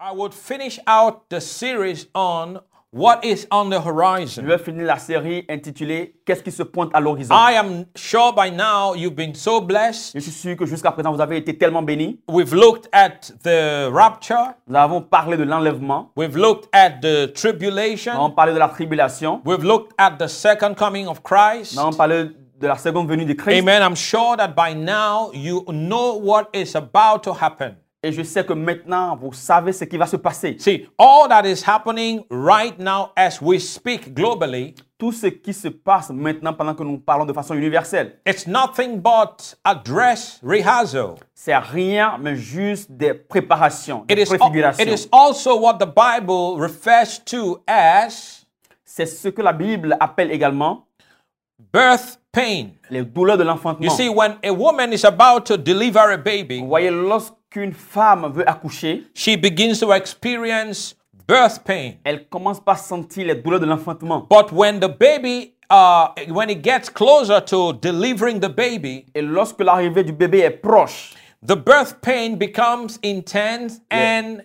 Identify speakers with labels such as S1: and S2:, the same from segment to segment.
S1: I would finish out the series on what is on the
S2: Je
S1: horizon.
S2: vais finir la série intitulée Qu'est-ce qui se pointe à l'horizon
S1: I am sure by now you've been so blessed.
S2: Je suis sûr que jusqu'à présent, vous avez été tellement bénis.
S1: We've looked at the rapture,
S2: Nous avons parlé de l'enlèvement,
S1: we've looked at the
S2: nous avons
S1: tribulation,
S2: parlé de la tribulation,
S1: we've looked at the second coming of Christ.
S2: nous avons parlé de la seconde venue de Christ.
S1: Amen. I'm sure that by now you know what is about to happen.
S2: Et je sais que maintenant, vous savez ce qui va se passer.
S1: See, all that is happening right now as we speak globally,
S2: Tout ce qui se passe maintenant pendant que nous parlons de façon universelle,
S1: it's nothing but a dress rehearsal.
S2: c'est rien, mais juste des préparations,
S1: It
S2: des
S1: is, al- it
S2: préfigurations.
S1: is also what the Bible refers to as
S2: C'est ce que la Bible appelle également
S1: birth pain.
S2: les douleurs de
S1: You
S2: l'enfantement.
S1: see, when a woman is about to deliver a baby,
S2: Vous voyez, lorsqu'une femme veut accoucher,
S1: she begins to experience birth pain.
S2: elle commence par sentir les douleurs de l'enfantement.
S1: But when the baby, uh, when it gets closer to delivering the baby,
S2: Et lorsque l'arrivée du bébé est proche,
S1: the birth pain becomes intense and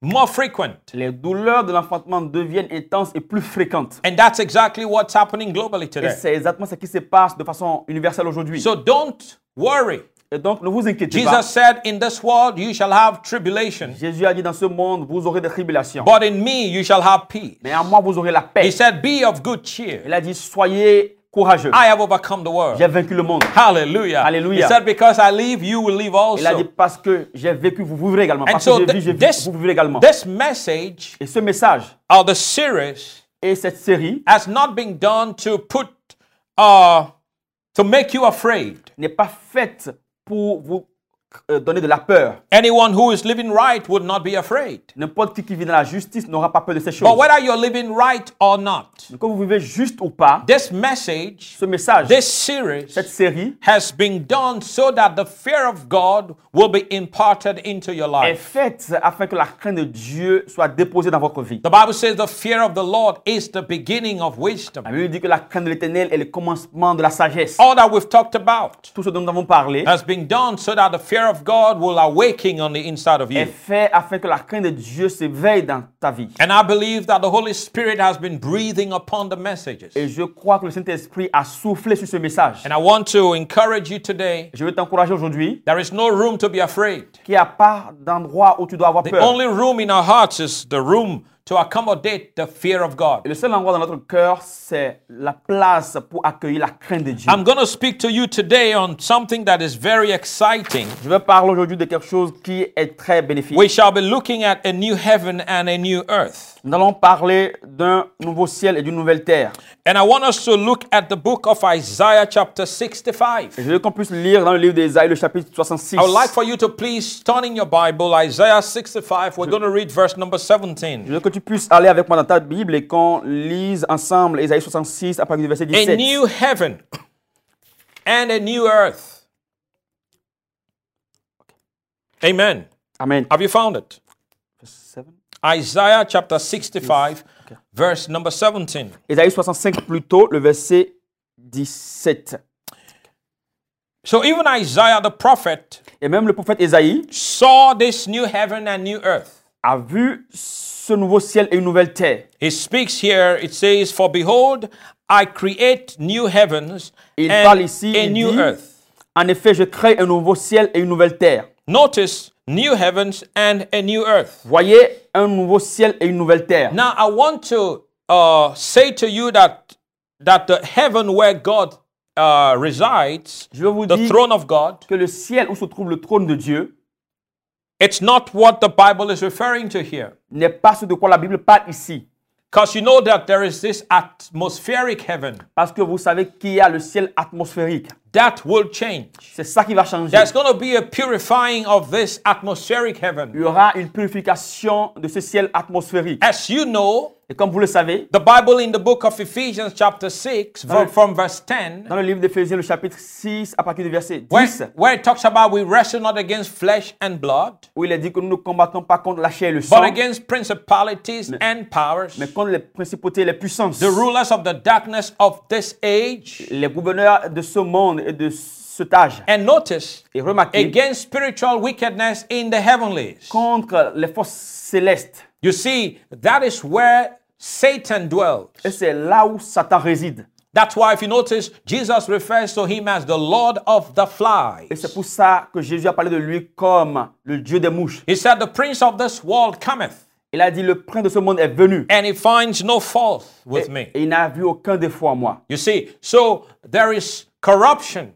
S1: more frequent.
S2: les douleurs de l'enfantement deviennent intenses et plus fréquentes.
S1: And that's exactly what's happening globally
S2: Et
S1: today.
S2: c'est exactement ce qui se passe de façon universelle aujourd'hui.
S1: So don't worry.
S2: et donc, ne vous inquiétez pas.
S1: Jesus said, In this world you shall have tribulation,
S2: Jésus a dit dans ce monde, vous aurez des tribulations.
S1: but in me you shall have peace.
S2: Mais à moi, vous aurez la
S1: He
S2: paix.
S1: said, Be of good cheer.
S2: Il a dit, soyez courageux.
S1: I have overcome the world.
S2: J'ai vaincu le monde.
S1: Hallelujah.
S2: Hallelujah.
S1: He said, Because I live, you will live
S2: Il a dit,
S1: also.
S2: parce que j'ai vécu, vous vivrez également.
S1: And
S2: Parce
S1: so
S2: que j'ai
S1: th-
S2: vu, j'ai
S1: this,
S2: vécu, vous vivrez également.
S1: this message
S2: Et ce message
S1: or the series
S2: et cette série
S1: has not been done to put, uh, to make you afraid.
S2: n'est pas faite pour vous euh, donner de la peur.
S1: Anyone who is living right would not be afraid.
S2: N'importe qui qui vit dans la justice n'aura pas peur de ces choses.
S1: But whether you're living right or not,
S2: Que vous vivez juste ou pas,
S1: this message,
S2: ce message,
S1: this series
S2: cette série
S1: has been done so that the fear of God will be imparted into your
S2: est
S1: life.
S2: faite afin que la crainte de Dieu soit déposée dans votre vie.
S1: The Bible says the fear of the Lord is the beginning of wisdom.
S2: La Bible dit que la crainte de l'éternel est le commencement de la sagesse.
S1: All that we've talked about
S2: Tout ce dont nous avons parlé
S1: has been done so that the fear of God will awaken on the inside of
S2: est
S1: you.
S2: fait afin que la crainte de Dieu s'éveille dans ta vie.
S1: And I believe that the Holy Spirit has been breathing upon the messages.
S2: Et je crois que le Saint-Esprit a soufflé sur ce message.
S1: And I want to encourage you today
S2: Je veux t'encourager aujourd'hui
S1: there is no room to be afraid.
S2: qu'il n'y a pas d'endroit où tu dois avoir
S1: The
S2: peur.
S1: only room in our hearts is the room to accommodate the fear of
S2: Et
S1: God.
S2: le seul endroit dans notre cœur, c'est la place pour accueillir la crainte de Dieu.
S1: I'm going to speak to you today on something that is very exciting.
S2: Je vais parler aujourd'hui de quelque chose qui est très bénéfique.
S1: We shall be looking at a new heaven and a new earth.
S2: Nous allons parler d'un nouveau ciel et d'une nouvelle terre.
S1: And I want us to look at the book of Isaiah, chapter 65.
S2: Je veux qu'on puisse lire dans le livre d'Ésaïe, le chapitre 66.
S1: I would like for you to please turn in your Bible, Isaiah 65. We're going to read verse number
S2: Je
S1: 17.
S2: veux que tu puisses aller avec moi dans ta Bible et qu'on lise ensemble Ésaïe 66 à partir du verset
S1: A
S2: 17.
S1: new heaven and a new earth. Amen.
S2: Amen.
S1: Have you found it? Isaiah chapter 65,
S2: Okay.
S1: verse number 17.
S2: Ésaïe 65 plutôt, le verset 17.
S1: So even Isaiah the prophet
S2: Et même le prophète Ésaïe
S1: saw this new heaven and new earth.
S2: a vu ce nouveau ciel et une nouvelle terre.
S1: He speaks here, it says, For behold, I create new heavens
S2: Il
S1: and
S2: parle ici,
S1: a
S2: il
S1: new
S2: dit-
S1: earth.
S2: En effet, je crée un nouveau ciel et une nouvelle terre.
S1: Notice new heavens and a new earth.
S2: Voyez, un nouveau ciel et une nouvelle terre.
S1: Now I want to uh, say to you that that the heaven where God uh, resides,
S2: Je veux vous
S1: the
S2: dire
S1: throne of God,
S2: que le ciel où se trouve le trône de Dieu
S1: it's not what the Bible is referring to here.
S2: n'est pas ce de quoi la Bible parle ici.
S1: Because you know that there is this atmospheric heaven
S2: Parce que vous savez qu'il y a le ciel atmosphérique.
S1: that will change.
S2: C'est ça qui va changer.
S1: There's going to be a purifying of this atmospheric
S2: Il
S1: heaven.
S2: y aura une purification de ce ciel atmosphérique.
S1: As you know,
S2: Et Et comme vous le savez,
S1: The Bible in the book of Ephesians, chapter 6, from, from verse 10,
S2: dans le livre d'Éphésiens, le chapitre 6, à partir du verset 10,
S1: where, where it talks about we wrestle not against flesh and blood,
S2: où il est dit que nous ne combattons pas contre la chair et le sang,
S1: but against principalities and powers,
S2: mais contre les principautés et les puissances,
S1: the rulers of the darkness of this age,
S2: les gouverneurs de ce monde et de cet âge.
S1: and notice,
S2: Et remarquez,
S1: against spiritual wickedness in the heavenlies.
S2: contre les forces célestes.
S1: You see, that is where Satan dwells.
S2: Et c'est là où Satan réside.
S1: That's why, if you notice, Jesus refers to him as the Lord of the
S2: Et
S1: flies.
S2: c'est pour ça que Jésus a parlé de lui comme le Dieu des mouches.
S1: He said, The prince of this world cometh,
S2: Il a dit, le prince de ce monde est venu.
S1: and he finds no fault with me.
S2: Et il n'a vu aucun défaut à moi.
S1: You see, so there is corruption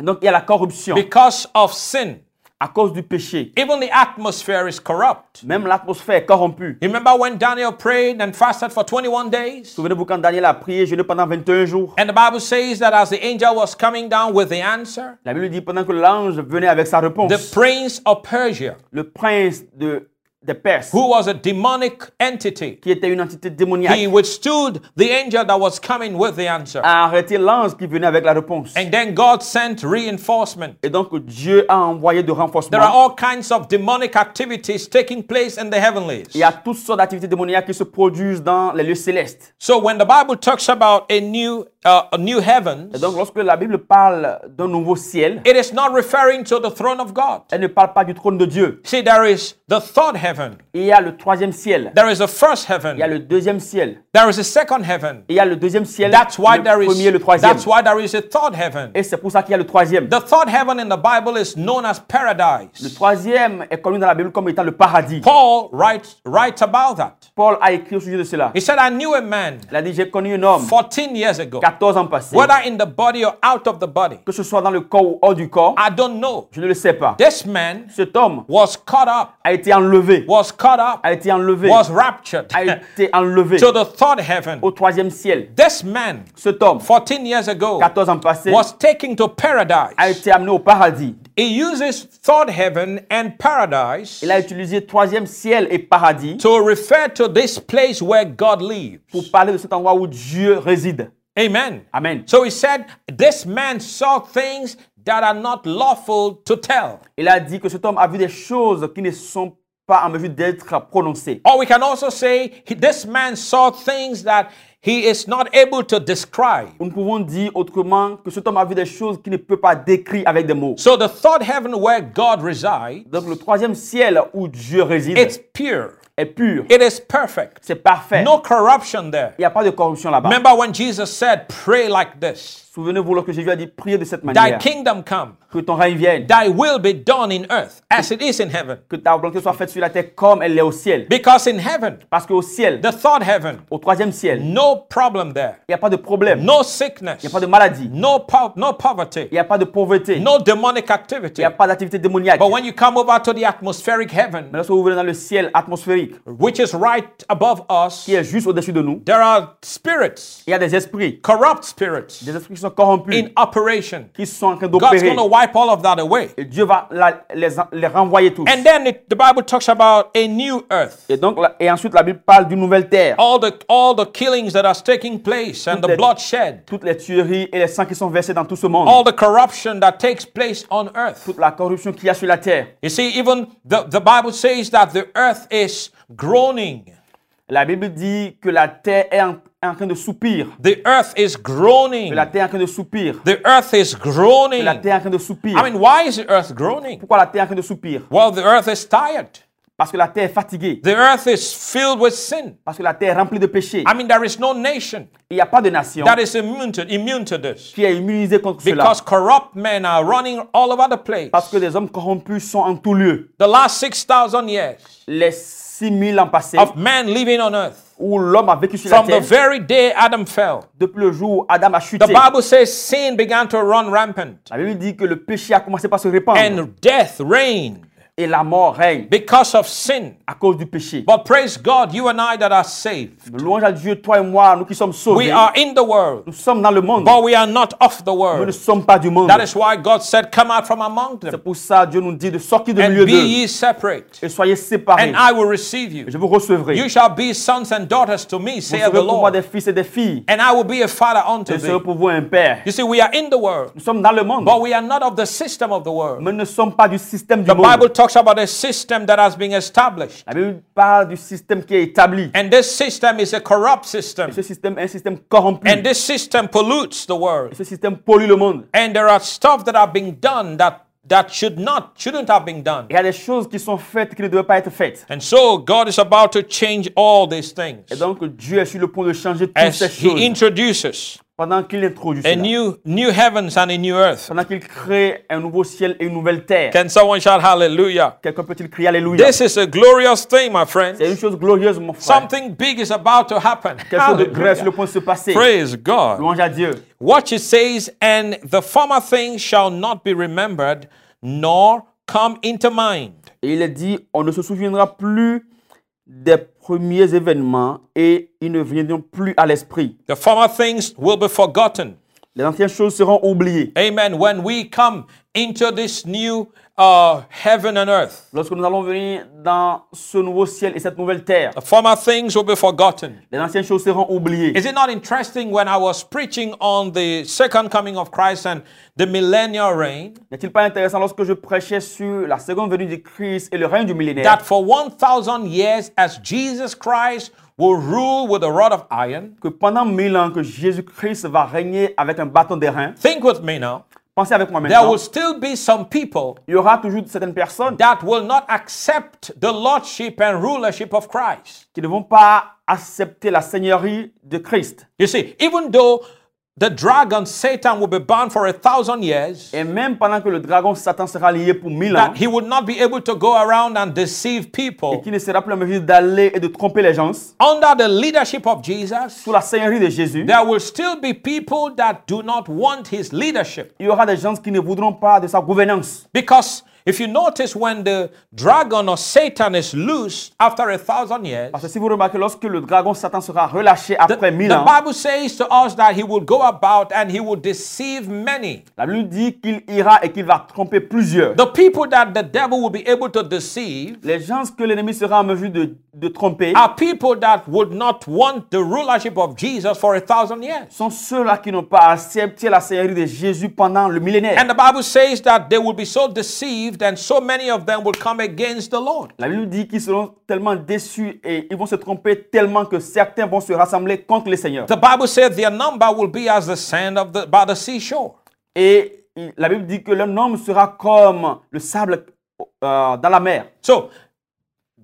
S2: Donc il y a la corruption
S1: because of sin.
S2: à cause du péché.
S1: Even the atmosphere is corrupt.
S2: Même l'atmosphère est corrompue.
S1: Remember when Daniel prayed and fasted for 21 days?
S2: Souvenez-vous quand Daniel a prié, jeûné pendant 21 jours.
S1: And the Bible says that as the angel was coming down with the answer,
S2: La Bible dit, pendant que l'ange venait avec sa
S1: the
S2: réponse,
S1: prince of Persia,
S2: le prince de, des Perses,
S1: who was a démoniaque entity,
S2: qui était une entité
S1: he
S2: démoniaque,
S1: withstood the angel that was coming with the answer.
S2: a arrêté l'ange qui venait avec la réponse.
S1: And then God sent reinforcement.
S2: Et donc Dieu a envoyé de
S1: There are
S2: renforcements.
S1: all kinds of demonic activities taking place in the heavenlies.
S2: Il y a toutes sortes d'activités démoniaques qui se produisent dans les lieux célestes.
S1: So when the Bible talks about a new, uh, a new heavens,
S2: Et donc, lorsque la Bible parle d'un nouveau ciel,
S1: it is not referring to the throne of God.
S2: elle ne parle pas du trône de Dieu.
S1: See, there is the third heaven,
S2: Il y a le troisième ciel,
S1: there is the first
S2: il y a
S1: heaven,
S2: le deuxième ciel,
S1: there is a second heaven.
S2: il y a le deuxième ciel,
S1: That's why
S2: le
S1: there is
S2: premier, le troisième.
S1: that's why there is a third heaven.
S2: Et c'est pour ça qu'il y a le troisième.
S1: The third heaven in the Bible is known as
S2: Le
S1: paradise.
S2: troisième est connu dans la Bible comme étant le paradis.
S1: Paul writes, writes about that.
S2: Paul a écrit au sujet de cela.
S1: He said, I knew a man
S2: Il a dit, j'ai connu un homme
S1: 14 years ago,
S2: 14 ans passés,
S1: whether in the body or out of the body.
S2: que ce soit dans le corps ou hors du corps,
S1: I don't know.
S2: je ne le sais pas.
S1: This man
S2: Cet homme
S1: was caught up,
S2: a été enlevé,
S1: was caught up,
S2: a été enlevé,
S1: was raptured
S2: a
S1: to
S2: été enlevé
S1: the third heaven.
S2: au troisième ciel.
S1: This man,
S2: Cet homme,
S1: 14 years ago,
S2: 14 ans passés,
S1: was taken to
S2: a
S1: paradise.
S2: été amené au paradis.
S1: He uses third heaven and paradise
S2: Il a utilisé troisième ciel et paradis
S1: to refer to this place where God lives.
S2: pour parler de cet endroit où Dieu réside.
S1: Amen.
S2: Amen.
S1: So he said, This man saw things that are not lawful to tell.
S2: Il a dit que cet homme a vu des choses qui ne sont pas en mesure d'être prononcées.
S1: Or we can also say, he- This man saw things that he is not able to describe.
S2: Nous pouvons dire autrement que cet homme a vu des choses qu'il ne peut pas décrire avec des mots.
S1: So the third heaven where God resides,
S2: Donc le troisième ciel où Dieu réside
S1: it's pure.
S2: est pur,
S1: It is perfect.
S2: c'est parfait.
S1: No corruption there.
S2: Il n'y a pas de corruption là-bas.
S1: Remember when Jesus said, Pray like this
S2: Souvenez-vous lorsque Jésus a dit priez de cette
S1: Thy
S2: manière
S1: kingdom come,
S2: que ton règne vienne,
S1: thy will be done in earth as it is in heaven.
S2: que ta volonté soit faite sur la terre comme elle l'est au ciel.
S1: Because in heaven,
S2: Parce qu'au ciel,
S1: the third heaven,
S2: au troisième ciel,
S1: no problem there.
S2: il n'y a pas de problème, il
S1: No sickness,
S2: n'y a pas de maladie,
S1: no, po- no poverty,
S2: il n'y a pas de pauvreté, il
S1: no demonic activity.
S2: n'y a pas d'activité démoniaque.
S1: But when you come over to the atmospheric heaven,
S2: Mais lorsque vous venez dans le ciel atmosphérique,
S1: which is right above us,
S2: qui est juste au-dessus de nous,
S1: there are spirits,
S2: il y a des esprits,
S1: corrupt spirits,
S2: des esprits qui sont corrompus,
S1: in operation.
S2: qui sont en train
S1: God's
S2: d'opérer.
S1: going to wipe all of that away.
S2: Et Dieu va la- les, les renvoyer tous.
S1: And then it, the Bible talks about a new earth.
S2: Et donc, la- et ensuite, la Bible parle d'une nouvelle terre.
S1: All the all the killings that are taking place and the
S2: Toutes les-
S1: bloodshed,
S2: Toutes les tueries et les sangs qui sont versés dans tout ce monde.
S1: all the corruption that takes place on earth.
S2: Toute la corruption qu'il y a sur la terre.
S1: You see, even the, the Bible says that the earth is groaning.
S2: La Bible dit que la terre est en, en train de soupirer.
S1: The earth is
S2: Que
S1: groaning.
S2: la terre est en train de soupirer.
S1: The earth is
S2: Que la
S1: groaning.
S2: terre est en train de soupirer.
S1: I mean, why is the earth groaning?
S2: Pourquoi la terre est en train de soupirer
S1: Well, the earth is tired.
S2: Parce que la terre est fatiguée.
S1: The earth is filled with sin.
S2: Parce que la terre est remplie de péchés.
S1: I mean, there is no nation
S2: Il n'y a pas de nation
S1: that is immune to, immune to this.
S2: qui est immunisée contre cela.
S1: Because corrupt men are running all over the place.
S2: Parce que des hommes corrompus sont en tout lieu.
S1: The last 6,000 years
S2: Les 6000 ans passés,
S1: of man living on earth,
S2: où l'homme a vécu sur la
S1: from the
S2: terre,
S1: very day Adam fell,
S2: depuis le jour où Adam a
S1: the
S2: chuté,
S1: Bible says sin began to run rampant
S2: la Bible dit que le péché a commencé par se répandre
S1: and death reigned.
S2: et la mort règne
S1: because of sin.
S2: à cause du péché.
S1: But praise God, you and I that are saved,
S2: Louange à Dieu, toi et moi, nous qui sommes sauvés,
S1: we are in the world,
S2: nous sommes dans le monde,
S1: but we are not of the
S2: nous ne
S1: world.
S2: sommes pas du monde.
S1: That is why God said, Come out from among
S2: C'est
S1: them
S2: pour ça Dieu nous dit de sortir du milieu
S1: and be
S2: d'eux
S1: ye separate,
S2: et soyez séparés.
S1: and I will receive you.
S2: Je vous recevrai.
S1: You shall be sons and daughters to me,
S2: Vous
S1: saith
S2: serez
S1: the
S2: pour moi
S1: Lord,
S2: des fils et des filles.
S1: and I will be a father unto
S2: Je serai
S1: thee.
S2: pour vous un père.
S1: You see, we are in the world,
S2: Nous sommes dans le monde,
S1: but we are not of the system of the world.
S2: mais nous ne sommes pas du système du
S1: The Bible
S2: monde.
S1: talks about a system that has been established,
S2: La Bible parle du système qui est établi.
S1: and this system is a corrupt system,
S2: Ce système est un système corrompu.
S1: and this system pollutes the world.
S2: Ce système pollue le monde.
S1: And there are stuff that are being done that that should not shouldn't have been done.
S2: Il y a des choses qui sont faites qui ne devaient pas être faites.
S1: And so God is about to change all these things
S2: Et donc Dieu est sur le point de changer toutes
S1: as
S2: ces choses
S1: He introduces
S2: pendant qu'il introduit
S1: a
S2: cela.
S1: new new heavens and a new earth.
S2: pendant qu'il crée un nouveau ciel et une nouvelle terre.
S1: Can someone shout hallelujah?
S2: Quelqu'un peut-il crier Alléluia
S1: This is a glorious thing, my friends.
S2: C'est une chose glorieuse, mon frère.
S1: Something big is about to happen.
S2: Quelque chose de grand est sur le
S1: Hallelujah.
S2: point de se passer.
S1: Praise God.
S2: Louange à Dieu.
S1: Watch it says, and the former things shall not be remembered, nor come into mind.
S2: Et il est dit, on ne se souviendra plus des premiers événements et ils ne viendront plus à l'esprit.
S1: The former things will be forgotten.
S2: Les anciennes choses seront oubliées.
S1: Amen. When we come into this new uh, heaven and earth,
S2: Lorsque nous allons venir dans ce nouveau ciel et cette nouvelle terre,
S1: the former things will be forgotten.
S2: les anciennes choses seront oubliées.
S1: Is it not interesting when I was preaching on the second coming of Christ and the millennial reign
S2: N'est-il pas intéressant lorsque je prêchais sur la seconde venue du Christ et le règne du millénaire
S1: that for 1,000 years, as Jesus Christ will rule with a rod of iron?
S2: que pendant mille ans que Jésus-Christ va régner avec un bâton d'airain,
S1: Think with me now.
S2: pensez avec moi
S1: There
S2: maintenant,
S1: will still be some people
S2: il y aura toujours certaines personnes
S1: that will not accept the lordship and rulership of Christ.
S2: qui ne vont pas accepter la seigneurie de Christ.
S1: You see, even though the dragon Satan will be bound for a thousand years,
S2: Et même pendant que le dragon Satan sera lié pour mille ans,
S1: that he would not be able to go around and deceive
S2: et
S1: people.
S2: qui ne sera plus en mesure d'aller et de tromper les gens, sous
S1: Under the leadership of Jesus,
S2: la seigneurie de Jésus,
S1: there will still be people that do not want his leadership.
S2: il y aura des gens qui ne voudront pas de sa gouvernance.
S1: Because if you notice, when the dragon or Satan is loosed after a thousand years,
S2: Parce que si vous remarquez, lorsque le dragon Satan sera relâché
S1: the,
S2: après mille
S1: the
S2: ans,
S1: Bible says to us that he will go about and he will deceive many.
S2: la Bible dit qu'il ira et qu'il va tromper plusieurs.
S1: The people that the devil will be able to deceive
S2: Les gens que l'ennemi sera en mesure de, de tromper
S1: are people that would not want the rulership of Jesus for a thousand years.
S2: sont ceux-là qui n'ont pas accepté la seigneurie de Jésus pendant le millénaire.
S1: And the Bible says that they will be so deceived, and so many of them will come against the Lord.
S2: La Bible dit qu'ils seront tellement déçus et ils vont se tromper tellement que certains vont se rassembler contre le Seigneur.
S1: The Bible says their number will be as the sand of the by the seashore.
S2: Et il- la Bible dit que le homme sera comme le sable euh, dans la mer.
S1: So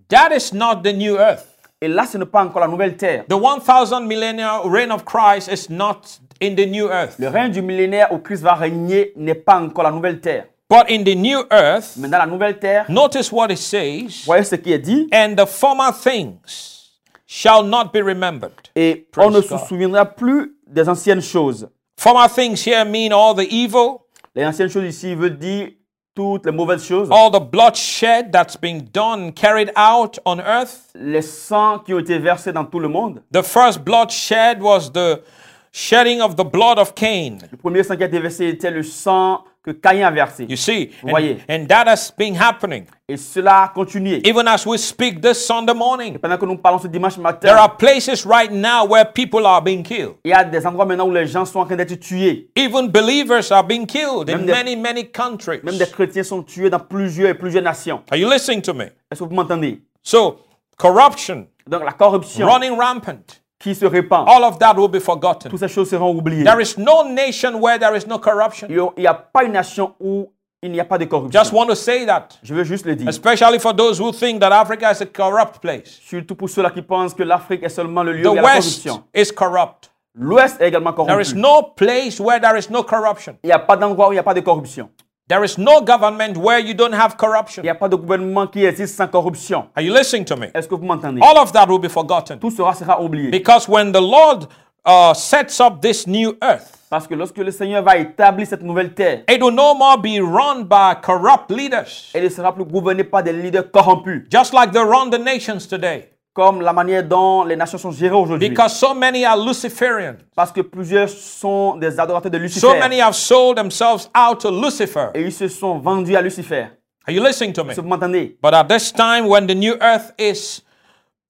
S1: that is not the new earth.
S2: Et là, ce n'est pas encore la nouvelle terre.
S1: The 1000 millennial reign of Christ is not in the new earth.
S2: Le règne du millénaire où Christ va régner n'est pas encore la nouvelle terre.
S1: But in the new earth,
S2: Mais dans la nouvelle terre,
S1: notice what it says,
S2: voyez ce qui est dit.
S1: and the former things shall not be remembered.
S2: Et
S1: Praise
S2: on ne se
S1: God.
S2: souviendra plus des anciennes choses.
S1: Former things here mean all the evil,
S2: Les anciennes choses ici veut dire toutes les mauvaises choses.
S1: all the bloodshed that's been done, carried out on earth.
S2: Les sangs qui ont été versés dans tout le monde.
S1: The first blood shed was the shedding of the blood of Cain.
S2: Le premier sang qui a été versé était le sang que Caïn a versé.
S1: You see,
S2: Vous voyez.
S1: and, and that has been happening.
S2: Et cela a continué.
S1: Even as we speak this Sunday morning,
S2: Pendant que nous parlons ce dimanche
S1: there
S2: matin,
S1: are places right now where people are being killed.
S2: il y a des endroits maintenant où les gens sont en train d'être tués.
S1: Even believers are being killed in
S2: Même des-
S1: many, many countries.
S2: Même des chrétiens sont tués dans plusieurs et plusieurs nations.
S1: Are you listening to me?
S2: Est-ce que vous m'entendez
S1: So, corruption,
S2: Donc la corruption
S1: running rampant,
S2: qui se répand,
S1: all of that will be forgotten.
S2: toutes ces choses seront oubliées.
S1: Oh. There is no nation where there is no corruption.
S2: Il n'y a pas une nation où il n'y a pas de corruption.
S1: Just want to say that,
S2: Je veux juste le dire.
S1: especially for those who think that Africa is a corrupt place.
S2: Surtout pour ceux-là qui pensent que l'Afrique est seulement le lieu
S1: The
S2: où il y a la
S1: West
S2: corruption.
S1: is corrupt.
S2: L'Ouest est également
S1: There
S2: corrompu.
S1: is no place where there is no corruption.
S2: Il n'y a pas d'endroit où il n'y a pas de corruption.
S1: There is no government where you don't have
S2: Il n'y
S1: corruption.
S2: a pas de gouvernement qui existe sans corruption.
S1: Are you listening to me? Oh!
S2: Est-ce que vous m'entendez
S1: All of that will be forgotten.
S2: Tout cela sera oublié.
S1: Because when the Lord uh, sets up this new earth,
S2: Parce que lorsque le Seigneur va établir cette nouvelle terre,
S1: it will no more be run by corrupt leaders,
S2: elle ne sera plus gouvernée par des leaders corrompus,
S1: just like they run the nations today,
S2: comme la manière dont les nations sont gérées aujourd'hui.
S1: because so many are Luciferian.
S2: Parce que plusieurs sont des adorateurs de Lucifer.
S1: So many have sold themselves out to Lucifer.
S2: Et ils se sont vendus à Lucifer.
S1: Are you listening to me?
S2: Est-ce que vous m'entendez
S1: But at this time, when the new earth is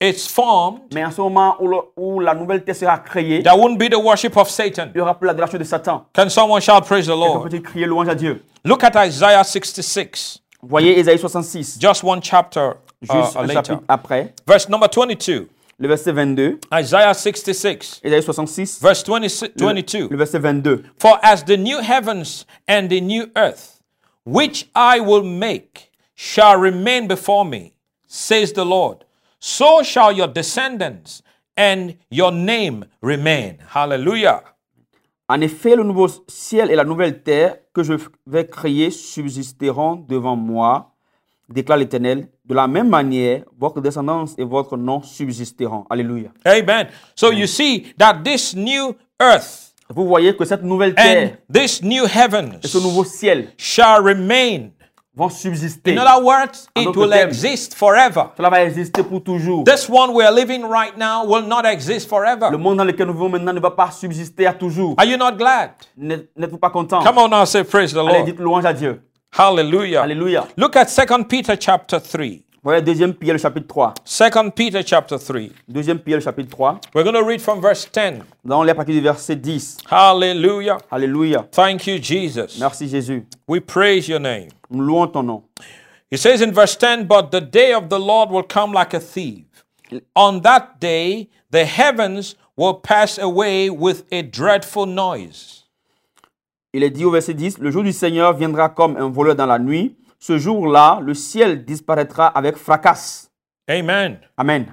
S1: it's formed,
S2: Mais en ce moment où, le- où la nouvelle terre sera créée,
S1: there won't be the worship of Satan.
S2: il y aura plus l'adoration de Satan.
S1: Can someone shout praise the
S2: On
S1: Lord?
S2: peut-il crier louange à Dieu
S1: Look at Isaiah 66,
S2: Voyez Ésaïe 66,
S1: just one chapter uh,
S2: juste un
S1: later.
S2: chapitre après,
S1: Verse number 22,
S2: le verset 22.
S1: Isaiah 66,
S2: Ésaïe 66,
S1: verse 20,
S2: le-
S1: 22.
S2: le verset 22.
S1: For as the new heavens and the new earth, which I will make, shall remain before me, says the Lord, so shall your descendants and your name remain. Hallelujah.
S2: En effet, le nouveau ciel et la nouvelle terre que je vais créer subsisteront devant moi, déclare l'Éternel. De la même manière, votre descendance et votre nom subsisteront. Alléluia.
S1: Amen. So you see that this new earth
S2: Vous voyez que cette nouvelle
S1: and
S2: terre,
S1: this new heavens
S2: ce nouveau ciel
S1: shall remain.
S2: vont subsister.
S1: In other words, it
S2: Another
S1: will
S2: term.
S1: exist forever.
S2: Cela va exister pour toujours.
S1: This one we are living right now will not exist
S2: Le
S1: forever.
S2: monde dans lequel nous vivons maintenant ne va pas subsister à toujours.
S1: Are you not glad?
S2: N'êtes- N'êtes-vous pas content
S1: Come on now, say praise the
S2: Allez,
S1: Lord.
S2: dites louange à Dieu.
S1: Hallelujah.
S2: Alléluia.
S1: Look at 2 Peter chapter 3.
S2: Voyez deuxième Pierre, le chapitre 3.
S1: 2 Peter chapter 3.
S2: Deuxième Pierre, le chapitre 3.
S1: We're going to read from verse 10.
S2: Nous allons lire à partir du verset 10.
S1: Hallelujah.
S2: Alléluia.
S1: Thank you, Jesus.
S2: Merci Jésus.
S1: We praise your name.
S2: Nous louons ton nom.
S1: He says in verse 10 But the day of the Lord will come like a thief. On that day, the heavens will pass away with a dreadful noise.
S2: Il est dit au verset 10, le jour du Seigneur viendra comme un voleur dans la nuit. Ce jour-là, le ciel disparaîtra avec fracas.
S1: Amen.
S2: Amen.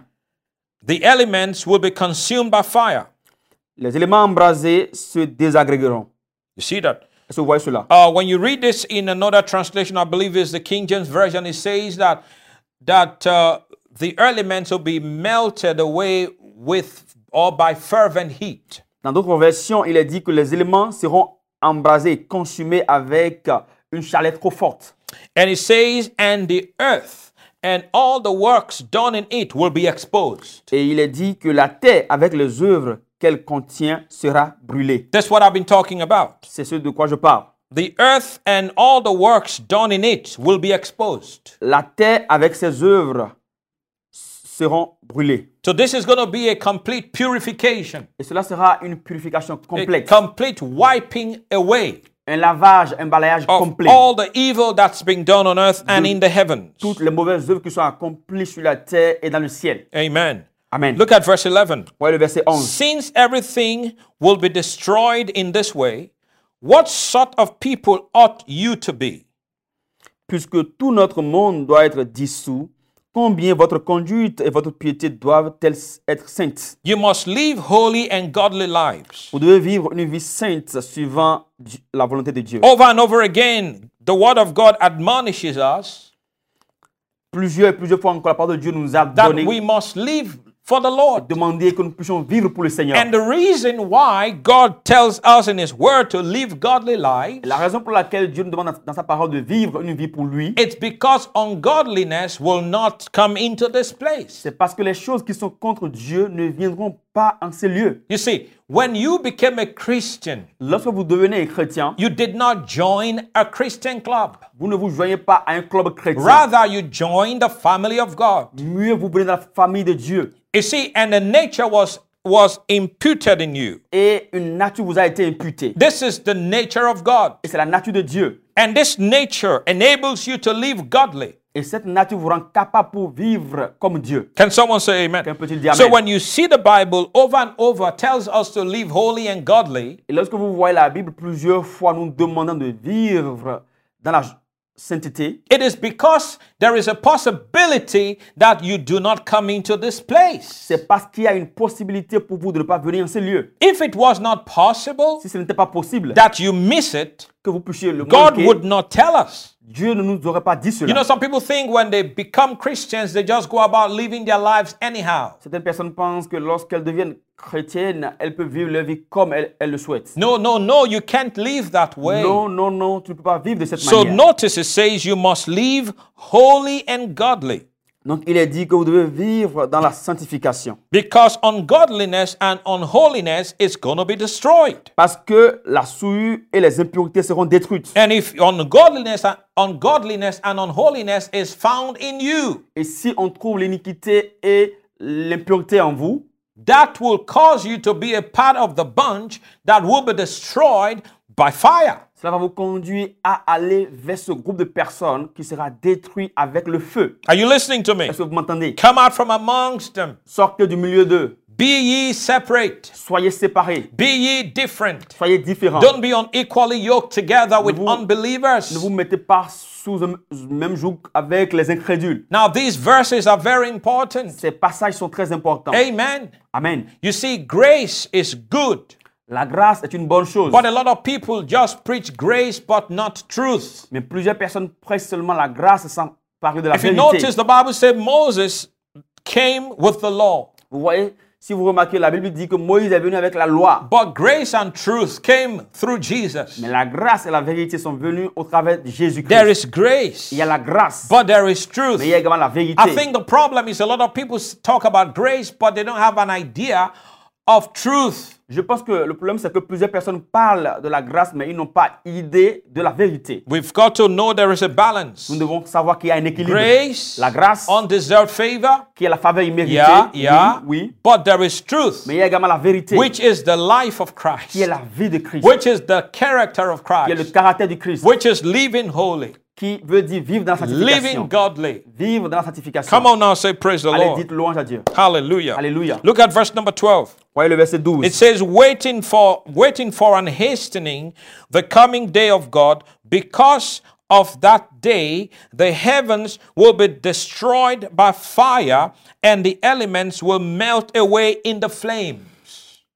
S1: The elements will be consumed by fire.
S2: Les éléments embrasés se désagrégeront.
S1: You see that?
S2: Est-ce que vous voyez cela
S1: Uh, when you read this in another translation, I believe is the King James version. It says that that uh, the elements will be melted away with or by fervent heat.
S2: Dans d'autres versions, il est dit que les éléments seront embrasés, consumés avec euh, une chaleur trop forte.
S1: And it says, and the earth and all the works done in it will be exposed.
S2: Et il est dit que la terre, avec les œuvres qu'elle contient, sera brûlée.
S1: That's what I've been talking about.
S2: C'est ce de quoi je parle.
S1: The earth and all the works done in it will be exposed.
S2: La terre, avec ses œuvres, s- seront brûlées.
S1: So this is going to be a complete purification,
S2: Et cela sera une purification
S1: a
S2: complète.
S1: complete wiping away.
S2: un lavage, un balayage
S1: of
S2: complet.
S1: all the evil that's been done on earth and in the heavens.
S2: Toutes les mauvaises œuvres qui sont accomplies sur la terre et dans le ciel.
S1: Amen.
S2: Amen.
S1: Look at verse 11.
S2: Voyez le verset 11.
S1: Since everything will be destroyed in this way, what sort of people ought you to be?
S2: Puisque tout notre monde doit être dissous, combien votre conduite et votre piété doivent-elles être saintes
S1: You must live holy and godly lives.
S2: Vous devez vivre une vie sainte suivant Di- la volonté de Dieu.
S1: Over and over again, the Word of God admonishes us
S2: Plusieurs et plusieurs fois encore, la parole de Dieu nous a
S1: that
S2: donné,
S1: we must live for the Lord.
S2: demandé que nous puissions vivre pour le Seigneur.
S1: And the reason why God tells us in His Word to live godly lives,
S2: La raison pour laquelle Dieu nous demande dans sa parole de vivre une vie pour lui,
S1: it's because ungodliness will not come into this place.
S2: c'est parce que les choses qui sont contre Dieu ne viendront pas en ces lieux.
S1: You see, when you became a Christian,
S2: Lorsque vous devenez chrétien,
S1: you did not join a Christian club.
S2: vous ne vous joignez pas à un club chrétien.
S1: Rather, you joined the family of God.
S2: Mieux vous venez de la famille de Dieu.
S1: You see, and the nature was was imputed in you.
S2: Et une nature vous a été imputée.
S1: This is the nature of God.
S2: Et c'est la nature de Dieu.
S1: And this nature enables you to live godly.
S2: Et cette nature vous rend capable pour vivre comme Dieu.
S1: Can someone say amen?
S2: Quelqu'un peut-il dire
S1: So
S2: amen?
S1: when you see the Bible over and over tells us to live holy and godly,
S2: Et lorsque vous voyez la Bible plusieurs fois nous demandant de vivre dans la sainteté,
S1: it is because there is a possibility that you do not come into this place.
S2: c'est parce qu'il y a une possibilité pour vous de ne pas venir en ces lieux.
S1: If it was not possible
S2: Si ce n'était pas possible
S1: that you miss it,
S2: que vous puissiez le
S1: God
S2: manquer,
S1: would not tell us.
S2: Dieu ne nous aurait pas dit
S1: You know,
S2: cela.
S1: some people think when they become Christians, they just go about living their lives anyhow.
S2: Certaines personnes pensent que lorsqu'elles deviennent chrétiennes, elles peuvent vivre leur vie comme elles, elles le souhaitent.
S1: No, no, no, you can't live that way.
S2: Non, non, non, tu ne peux pas vivre de cette
S1: So
S2: manière.
S1: notice it says you must live holy and godly
S2: Donc il est dit que vous devez vivre dans la sanctification.
S1: because ungodliness and unholiness is going to be destroyed.
S2: Parce que la souillure et les impuretés seront détruites.
S1: And if ungodliness and ungodliness and unholiness is found in you,
S2: Et si on trouve l'iniquité et l'impureté en vous,
S1: that will cause you to be a part of the bunch that will be destroyed by fire.
S2: cela va vous conduire à aller vers ce groupe de personnes qui sera détruit avec le feu.
S1: Are you listening to me?
S2: Est-ce que vous m'entendez
S1: Come out from amongst them.
S2: Sortez du milieu d'eux.
S1: Be ye separate.
S2: Soyez séparés.
S1: Be ye different.
S2: Soyez différents.
S1: Don't be unequally yoked together with
S2: vous- Ne
S1: unbelievers.
S2: vous mettez pas sous un même joug avec les incrédules.
S1: Now, these verses are very important.
S2: Ces passages sont très importants.
S1: Amen.
S2: Amen.
S1: You see, grace is good,
S2: La grâce est une bonne chose.
S1: but a lot of people just preach grace but not truth.
S2: Mais plusieurs personnes pressent seulement la grâce sans parler de la
S1: If you
S2: vérité.
S1: notice, the Bible said Moses came with the law,
S2: Vous voyez, si vous remarquez, la Bible dit que Moïse est venu avec la loi.
S1: but grace and truth came through Jesus.
S2: Mais la grâce et la vérité sont venues au travers de
S1: There
S2: Jésus-Christ.
S1: is grace,
S2: Il y a la grâce,
S1: but there is truth.
S2: mais il y a également la vérité.
S1: I think the problem is a lot of people s- talk about grace, but they don't have an idea of truth.
S2: Je pense que le problème, c'est que plusieurs personnes parlent de la grâce, mais ils n'ont pas idée de la vérité.
S1: We've got to know there is a balance.
S2: Nous devons savoir qu'il y a un équilibre.
S1: Grace,
S2: La grâce,
S1: undeserved favor,
S2: qui est la faveur imméritée.
S1: yeah,
S2: oui,
S1: yeah,
S2: oui.
S1: but there is truth,
S2: Mais il y a également la vérité,
S1: which is the life of Christ,
S2: qui est la vie de Christ,
S1: which is the character of
S2: qui est le
S1: Christ,
S2: caractère du Christ,
S1: which is living holy,
S2: qui veut dire vivre dans la sanctification.
S1: living godly.
S2: Vivre dans la sanctification.
S1: Come on now, say praise the
S2: Allez,
S1: Lord.
S2: dites louange à Dieu.
S1: Hallelujah.
S2: Alléluia.
S1: Look at verse number 12.
S2: Voyez le verset 12.
S1: It says, waiting for, waiting for and hastening the coming day of God, because of that day the heavens will be destroyed by fire, and the elements will melt away in the flame.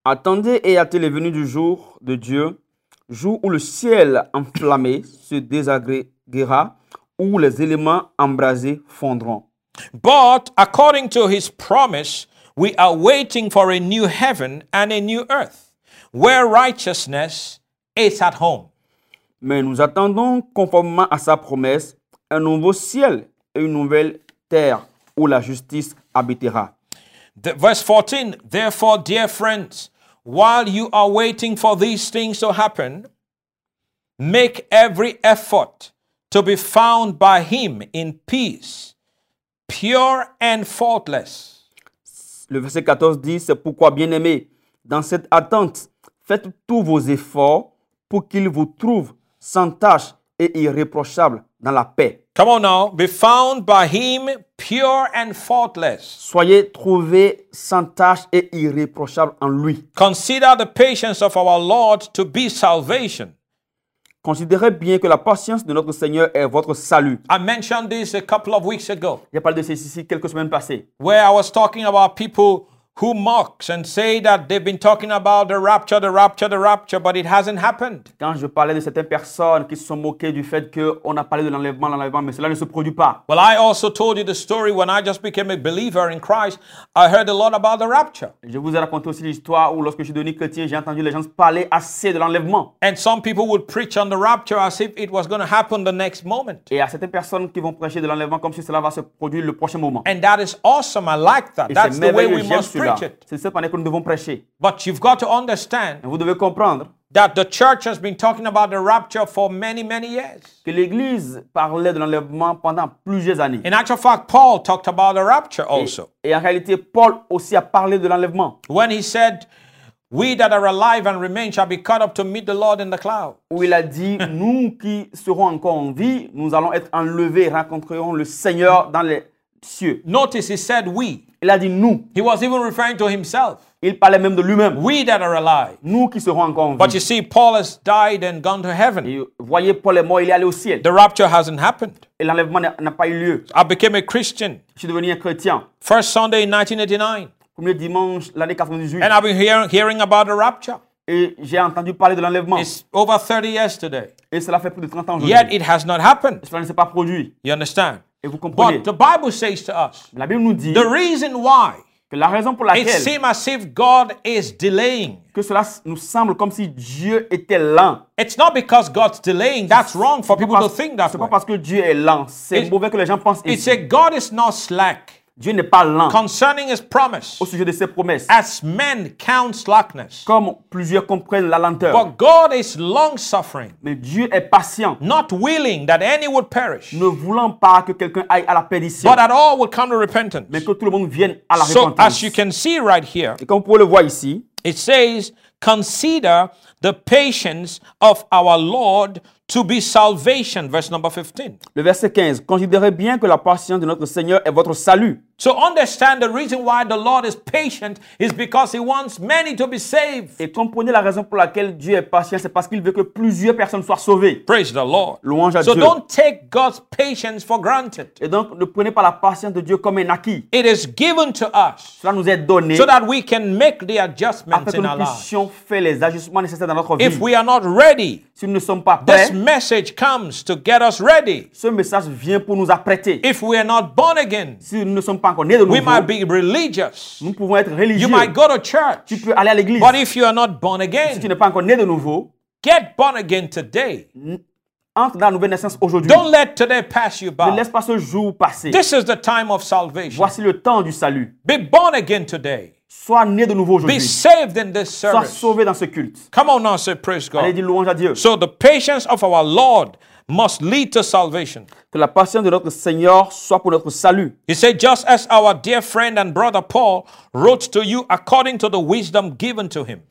S2: Attendez et hâtez les venues du jour de Dieu, jour où le ciel enflammé se désagréera, où les éléments embrasés fondront.
S1: But according to his promise, we are waiting for a new heaven and a new earth, where righteousness is at home.
S2: Mais nous attendons, conformément à sa promesse, un nouveau ciel et une nouvelle terre où la justice habitera.
S1: The- verse 14 Therefore, dear friends, while you are waiting for these things to happen, make every effort to be found by him in peace, pure and faultless.
S2: Le verset 14 dit, c'est pourquoi, bien-aimés, dans cette attente, faites tous vos efforts pour qu'il vous trouve sans tache et irréprochable dans la paix.
S1: Come on now, be found by him pure and faultless.
S2: Soyez trouvés sans tache et irréprochable en lui.
S1: Consider the patience of our Lord to be salvation.
S2: Considérez bien que la patience de notre Seigneur est votre salut.
S1: I mentioned this a couple of weeks ago,
S2: J'ai parlé de ceci ici quelques semaines passées.
S1: where I was talking about people who mocks and say that they've been talking about the rapture, the rapture, the rapture, but it hasn't happened.
S2: Quand je parlais de certaines personnes qui se sont moquées du fait qu'on a parlé de l'enlèvement, l'enlèvement, mais cela ne se produit pas.
S1: Well, I also told you the story when I just became a believer in Christ. I heard a lot about the rapture.
S2: Je vous ai raconté aussi l'histoire où lorsque je suis devenu chrétien, j'ai entendu les gens parler assez de l'enlèvement.
S1: And some people would preach on the rapture as if it was going to happen the next moment.
S2: Et à certaines personnes qui vont prêcher de l'enlèvement comme si cela va se produire le prochain moment.
S1: And that is awesome. I like that.
S2: Et
S1: That's
S2: c'est
S1: the way
S2: merveilleux,
S1: we
S2: j'aime
S1: must
S2: cela.
S1: preach it.
S2: C'est cette manière que nous devons prêcher.
S1: But you've got to understand
S2: Et vous devez comprendre
S1: that the church has been talking about the rapture for many, many years.
S2: que l'Église parlait de l'enlèvement pendant plusieurs années.
S1: In actual fact, Paul talked about the rapture also.
S2: Et en réalité, Paul aussi a parlé de l'enlèvement.
S1: when he said, We that are alive and remain shall be caught up to meet the Lord in the cloud.
S2: où il a dit Nous qui serons encore en vie, nous allons être enlevés, rencontrerons le Seigneur dans les cieux.
S1: Notice he said, We.
S2: Il a dit Nous.
S1: He was even referring to himself.
S2: Il parlait même de lui-même
S1: We that are alive.
S2: Nous qui serons encore en
S1: But
S2: vie.
S1: you see, Paul has died and gone to heaven.
S2: Et voyez, Paul est mort, il est allé au ciel.
S1: The rapture hasn't happened.
S2: Et l'enlèvement n'a n'a pas eu lieu.
S1: I became a Christian
S2: Je suis devenu un chrétien.
S1: first Sunday in 1989,
S2: Premier dimanche, l'année 98.
S1: and I've been hearing, hearing about the rapture.
S2: Et j'ai entendu parler de l'enlèvement.
S1: It's over 30 years today.
S2: Et cela fait plus de 30 ans aujourd'hui.
S1: Yet it has not happened.
S2: Cela ne s'est pas produit.
S1: You understand?
S2: Et vous comprenez.
S1: But the Bible says to us
S2: La Bible nous dit
S1: the reason why
S2: que la raison pour
S1: it
S2: laquelle
S1: seems as if God is delaying.
S2: que cela s- nous semble comme si Dieu était lent.
S1: It's not because God's delaying. That's wrong for
S2: C'est
S1: people
S2: pas
S1: to
S2: parce-
S1: think that
S2: c'est pas
S1: way.
S2: parce que Dieu est lent. C'est
S1: It's-
S2: mauvais que les gens pensent
S1: It's
S2: ainsi.
S1: a God is not slack
S2: Dieu n'est pas lent
S1: concerning his promise,
S2: au sujet de ses promesses.
S1: as men count slackness.
S2: Comme plusieurs comprennent la lenteur.
S1: But God is long suffering,
S2: Mais Dieu est patient,
S1: not willing that any would perish,
S2: ne voulant pas que quelqu'un aille à la perdition,
S1: but that all would come to
S2: mais
S1: repentance.
S2: que tout le monde vienne à la
S1: So, as
S2: repentance.
S1: you can see right here,
S2: Et comme vous pouvez le voir ici,
S1: it says, Consider the patience of our Lord to be salvation, verse number 15.
S2: le verset 15, considérez bien que la patience de notre Seigneur est votre salut.
S1: So understand the reason why the Lord is patient is because he wants many to be saved.
S2: Et comprenez la raison pour laquelle Dieu est patient, c'est parce qu'il veut que plusieurs personnes soient sauvées.
S1: Praise the Lord.
S2: Louange à
S1: So
S2: Dieu.
S1: don't take God's patience for granted.
S2: Et donc, ne prenez pas la patience de Dieu comme un acquis.
S1: It is given to us
S2: Cela nous est donné
S1: so that we can make the
S2: afin
S1: adjustments
S2: que
S1: in our
S2: nous
S1: lives.
S2: puissions faire les ajustements nécessaires dans notre
S1: If
S2: vie.
S1: we are not ready,
S2: Si nous ne sommes pas
S1: this
S2: prêts,
S1: message comes to get us ready.
S2: ce message vient pour nous apprêter.
S1: If we are not born again,
S2: Si nous ne sommes pas encore nés de
S1: we might
S2: nouveau,
S1: be religious.
S2: nous pouvons être religieux.
S1: You might go to church.
S2: Tu peux aller à l'église.
S1: But if you are not born
S2: Si tu
S1: again,
S2: n'es pas encore né de nouveau,
S1: get born again today.
S2: Mm-hmm. entre dans la nouvelle naissance aujourd'hui.
S1: Don't let today pass you
S2: Ne
S1: by.
S2: laisse pas ce jour passer.
S1: This is the time of salvation.
S2: Voici le temps du salut.
S1: Be born again today.
S2: Sois né de nouveau
S1: Be
S2: aujourd'hui.
S1: saved in this
S2: Sois
S1: service.
S2: sauvé dans ce culte.
S1: Come on now, say praise
S2: Allez,
S1: God.
S2: dis louange à Dieu.
S1: So the patience of our Lord must lead to salvation.
S2: Que la patience de notre Seigneur soit pour notre salut.
S1: He said, just as our dear friend and brother Paul wrote to you according to the wisdom given to him.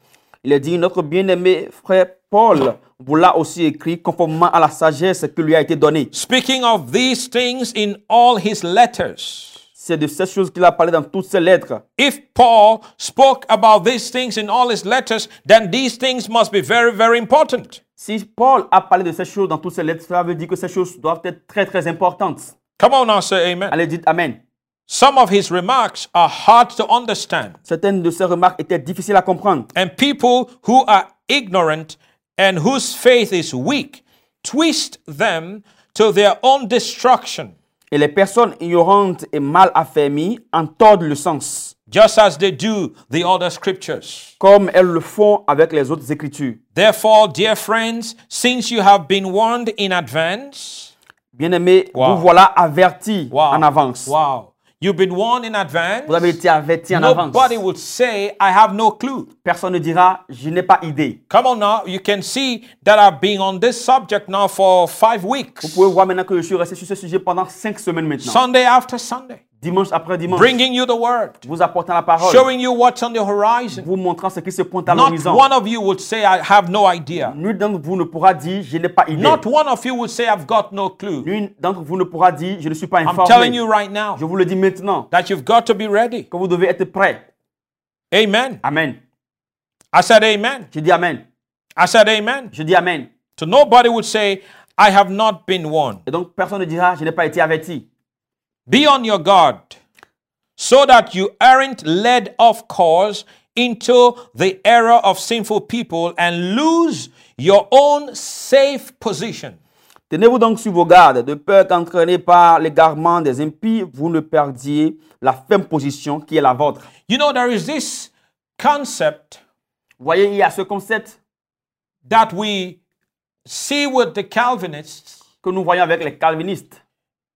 S2: Il est dit, notre bien-aimé frère Paul vous l'a aussi écrit conformément à la sagesse qui lui a été donnée.
S1: Speaking of these things in all his letters.
S2: C'est de ces choses qu'il a parlé dans toutes ses lettres.
S1: If Paul spoke about these things in all his letters, then these things must be very, very important.
S2: Si Paul a parlé de ces choses dans toutes ses lettres, cela veut dire que ces choses doivent être très très importantes.
S1: Come on now, say amen.
S2: Allez, dites Amen.
S1: Some of his remarks are hard to understand.
S2: Certaines de ses remarques étaient difficiles à comprendre.
S1: And people who are ignorant and whose faith is weak twist them to their own destruction,
S2: Et les personnes ignorantes et mal affermies en tordent le sens,
S1: just as they do the other scriptures.
S2: comme elles le font avec les autres écritures.
S1: Therefore, dear friends, since you have been warned in advance,
S2: Bien-aimés,
S1: Wow.
S2: vous voilà avertis en avance.
S1: Wow. You've been warned in advance.
S2: Vous avez été avertis en avance.
S1: Nobody would say, I have no clue.
S2: Personne ne dira, je n'ai pas idée.
S1: Come on now, you can see that I've been on this subject now for five
S2: Vous
S1: weeks,
S2: pouvez voir maintenant que je suis resté sur ce sujet pendant cinq semaines maintenant.
S1: Sunday after Sunday,
S2: Dimanche après dimanche,
S1: bringing you the word.
S2: vous apportant la parole,
S1: showing you what's on the horizon.
S2: vous montrant ce qui se pointe à
S1: Not
S2: l'horizon.
S1: one of you would say, I have no idea.
S2: Nul d'entre vous ne pourra dire, je n'ai pas idée.
S1: Not one of you would say, I've got no clue.
S2: Nul d'entre vous ne pourra dire, je ne suis pas
S1: I'm telling
S2: informé.
S1: you right
S2: Je
S1: now
S2: vous le dis maintenant,
S1: that you've got to be ready.
S2: que vous devez être prêts.
S1: Amen.
S2: Amen.
S1: I said, Amen.
S2: Je dis Amen.
S1: I said, Amen.
S2: Je dis Amen.
S1: So nobody would say, I have not been warned.
S2: Et donc, personne ne dira, je n'ai pas été averti.
S1: Be on your guard so that you aren't led off course into the error of sinful people and lose your own safe position.
S2: Tenez-vous donc sur vos gardes, de peur qu'entraînés par l'égarement des impies, vous ne perdiez la ferme position qui est la vôtre.
S1: You know, there is this concept
S2: Voyez, il y a ce concept
S1: that we see with the Calvinists,
S2: que nous voyons avec les calvinistes.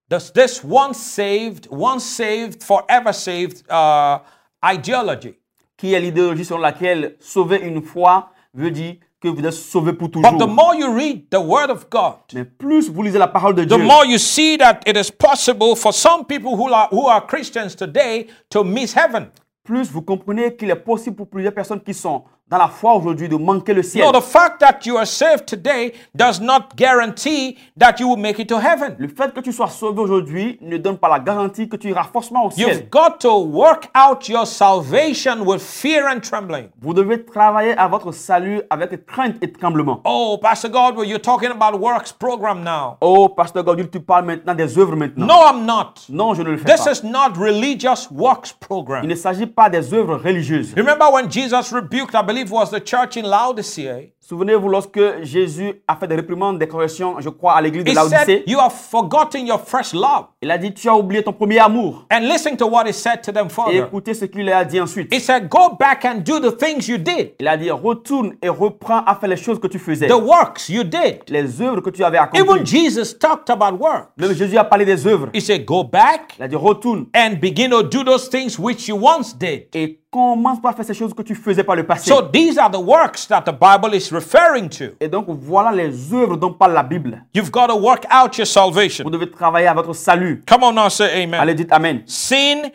S1: this, this once saved, once saved, forever saved uh, ideology.
S2: qui est l'idéologie selon laquelle sauver une fois veut dire que vous êtes sauvé pour
S1: But the
S2: toujours.
S1: more you read the Word of God,
S2: Mais plus vous lisez la parole de
S1: the
S2: Dieu,
S1: more you see that it is possible for some people who are, who are Christians today to miss heaven.
S2: plus vous comprenez qu'il est possible pour plusieurs personnes qui sont dans la foi aujourd'hui de manquer le ciel.
S1: No, the fact that you are saved today does not guarantee that you will make it to heaven.
S2: Le fait que tu sois sauvé aujourd'hui ne donne pas la garantie que tu iras forcément au ciel.
S1: You've got to work out your salvation with fear and trembling.
S2: Vous devez travailler à votre salut avec crainte et tremblement.
S1: Oh, Pastor Godwin, you're talking about works program now.
S2: Oh, pasteur Gaudieu, tu parles maintenant des œuvres maintenant.
S1: No, I'm not.
S2: Non, je ne le fais
S1: This
S2: pas.
S1: is not religious works
S2: Il
S1: program.
S2: ne s'agit pas des œuvres religieuses.
S1: Remember when Jesus rebuked, I believe was the church in Laodicea.
S2: Souvenez-vous lorsque Jésus a fait des réprimandes, des corrections, je crois, à l'église de
S1: He said,
S2: Laodicée.
S1: You have forgotten your first love.
S2: Il a dit, tu as oublié ton premier amour.
S1: And listen to what he said to them
S2: Et
S1: further.
S2: écoutez ce qu'il a dit ensuite.
S1: He said, Go back and do the things you did,
S2: Il a dit, retourne et reprends à faire les choses que tu faisais.
S1: the works you did.
S2: Les œuvres que tu avais
S1: Even
S2: accomplies.
S1: Jesus talked about work.
S2: Même Jésus a parlé des œuvres.
S1: He said, Go back
S2: Il a dit, retourne
S1: and begin to do those things which you once did.
S2: et commence par faire ces choses que tu faisais par le passé.
S1: So these are the works that the Bible is referring to.
S2: Et donc, voilà les œuvres dont parle la Bible.
S1: You've got to work out your
S2: Vous
S1: salvation.
S2: devez travailler à votre salut.
S1: Come on now, say amen.
S2: Allez, dites Amen.
S1: Sin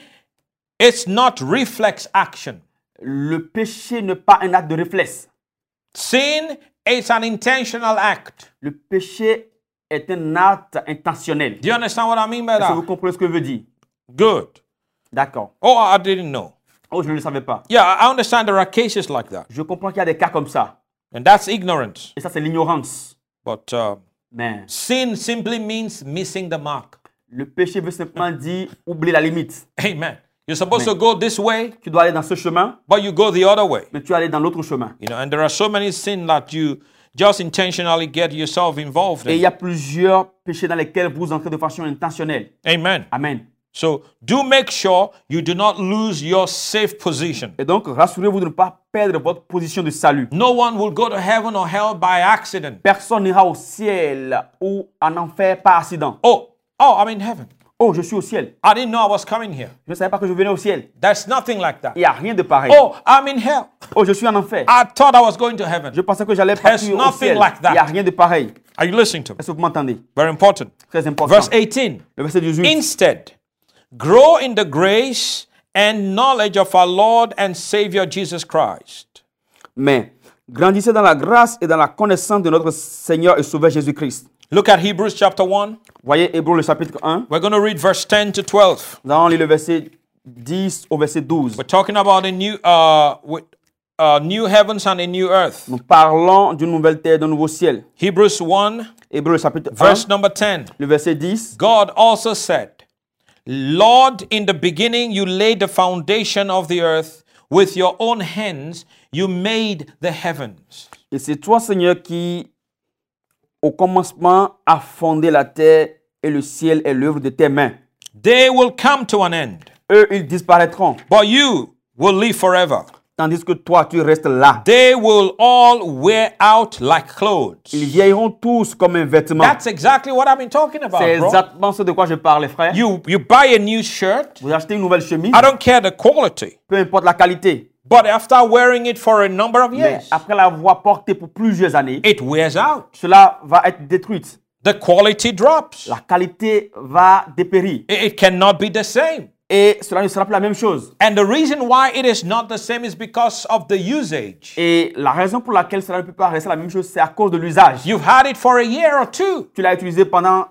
S1: is not reflex action.
S2: Le péché n'est pas un acte de réflexe.
S1: Sin is an intentional act.
S2: Le péché est un acte intentionnel.
S1: Do you understand what I mean by
S2: Est-ce que vous
S1: that?
S2: comprenez ce que je veux dire
S1: Good.
S2: D'accord.
S1: Oh, I didn't know.
S2: Oh, je ne le savais pas.
S1: Yeah, I understand there are cases like that.
S2: Je comprends qu'il y a des cas comme ça.
S1: And that's ignorance.
S2: Et ça, c'est l'ignorance.
S1: But uh,
S2: Mais
S1: sin simply means missing the mark.
S2: le péché veut simplement dire oublier la limite.
S1: Amen. You're supposed to go this way,
S2: Tu dois aller dans ce chemin,
S1: but you go the other way.
S2: mais tu allais dans l'autre chemin.
S1: You know, and there are so many sins that you just intentionally get yourself involved
S2: Et il
S1: in.
S2: y a plusieurs péchés dans lesquels vous entrez de façon intentionnelle.
S1: Amen.
S2: Amen.
S1: So do make sure you do not lose your safe position.
S2: Et donc, rassurez-vous de ne pas perdre votre position de salut.
S1: No one will go to heaven or hell by accident.
S2: Personne n'ira au ciel ou en enfer par accident.
S1: Oh, oh, I'm in heaven.
S2: Oh, je suis au ciel.
S1: I didn't know I was coming here.
S2: Je ne savais pas que je venais au ciel.
S1: There's nothing like that.
S2: Il n'y a rien de pareil.
S1: Oh, I'm in hell.
S2: Oh, je suis en enfer.
S1: I thought I was going to heaven.
S2: Je pensais que j'allais
S1: There's
S2: partir au
S1: nothing
S2: ciel.
S1: like that.
S2: Il n'y a rien de pareil.
S1: Are you listening to me?
S2: Est-ce que vous m'entendez
S1: Very important.
S2: Très important.
S1: Verse 18.
S2: Le verset 18.
S1: Instead, grow in the grace and knowledge of our Lord and Savior Jesus Christ.
S2: Mais grandissez dans la grâce et dans la connaissance de notre Seigneur et Sauveur Jésus-Christ.
S1: Look at Hebrews chapter 1.
S2: Voyez Hébreu le chapitre 1.
S1: We're going to read verse 10 to 12.
S2: Nous allons lire le verset 10 au verset 12.
S1: We're talking about a new, uh, with, uh, new heavens and a new earth.
S2: Nous parlons d'une nouvelle terre, d'un nouveau ciel.
S1: Hebrews 1,
S2: Hébreu le chapitre 1,
S1: verse number 10.
S2: le verset 10.
S1: God also said, Lord, in the beginning you laid the foundation of the earth. With your own hands you made the heavens.
S2: Et c'est toi, Seigneur, qui, au commencement, a fondé la terre et le ciel est l'œuvre de tes mains.
S1: They will come to an end,
S2: Eux, ils disparaîtront,
S1: but you will live forever.
S2: tandis que toi, tu restes là.
S1: They will all wear out like
S2: Ils
S1: clothes.
S2: vieilliront tous comme un vêtement.
S1: That's exactly what I've been talking
S2: C'est
S1: about, bro.
S2: exactement ce de quoi je parle, frère.
S1: You, you buy a new shirt,
S2: Vous achetez une nouvelle chemise,
S1: I don't care the quality,
S2: peu importe la qualité.
S1: but after wearing it for a number of
S2: Mais
S1: years,
S2: après l'avoir portée pour plusieurs années,
S1: it wears out.
S2: cela va être détruite.
S1: The quality drops.
S2: La qualité va dépérir.
S1: It- it cannot be the same.
S2: Et cela ne sera plus la même chose.
S1: And the reason why it is not the same is because of the usage.
S2: Et la raison pour laquelle cela ne peut pas rester la même chose, c'est à cause de l'usage.
S1: You've had it for a year or two.
S2: Tu l'as utilisé pendant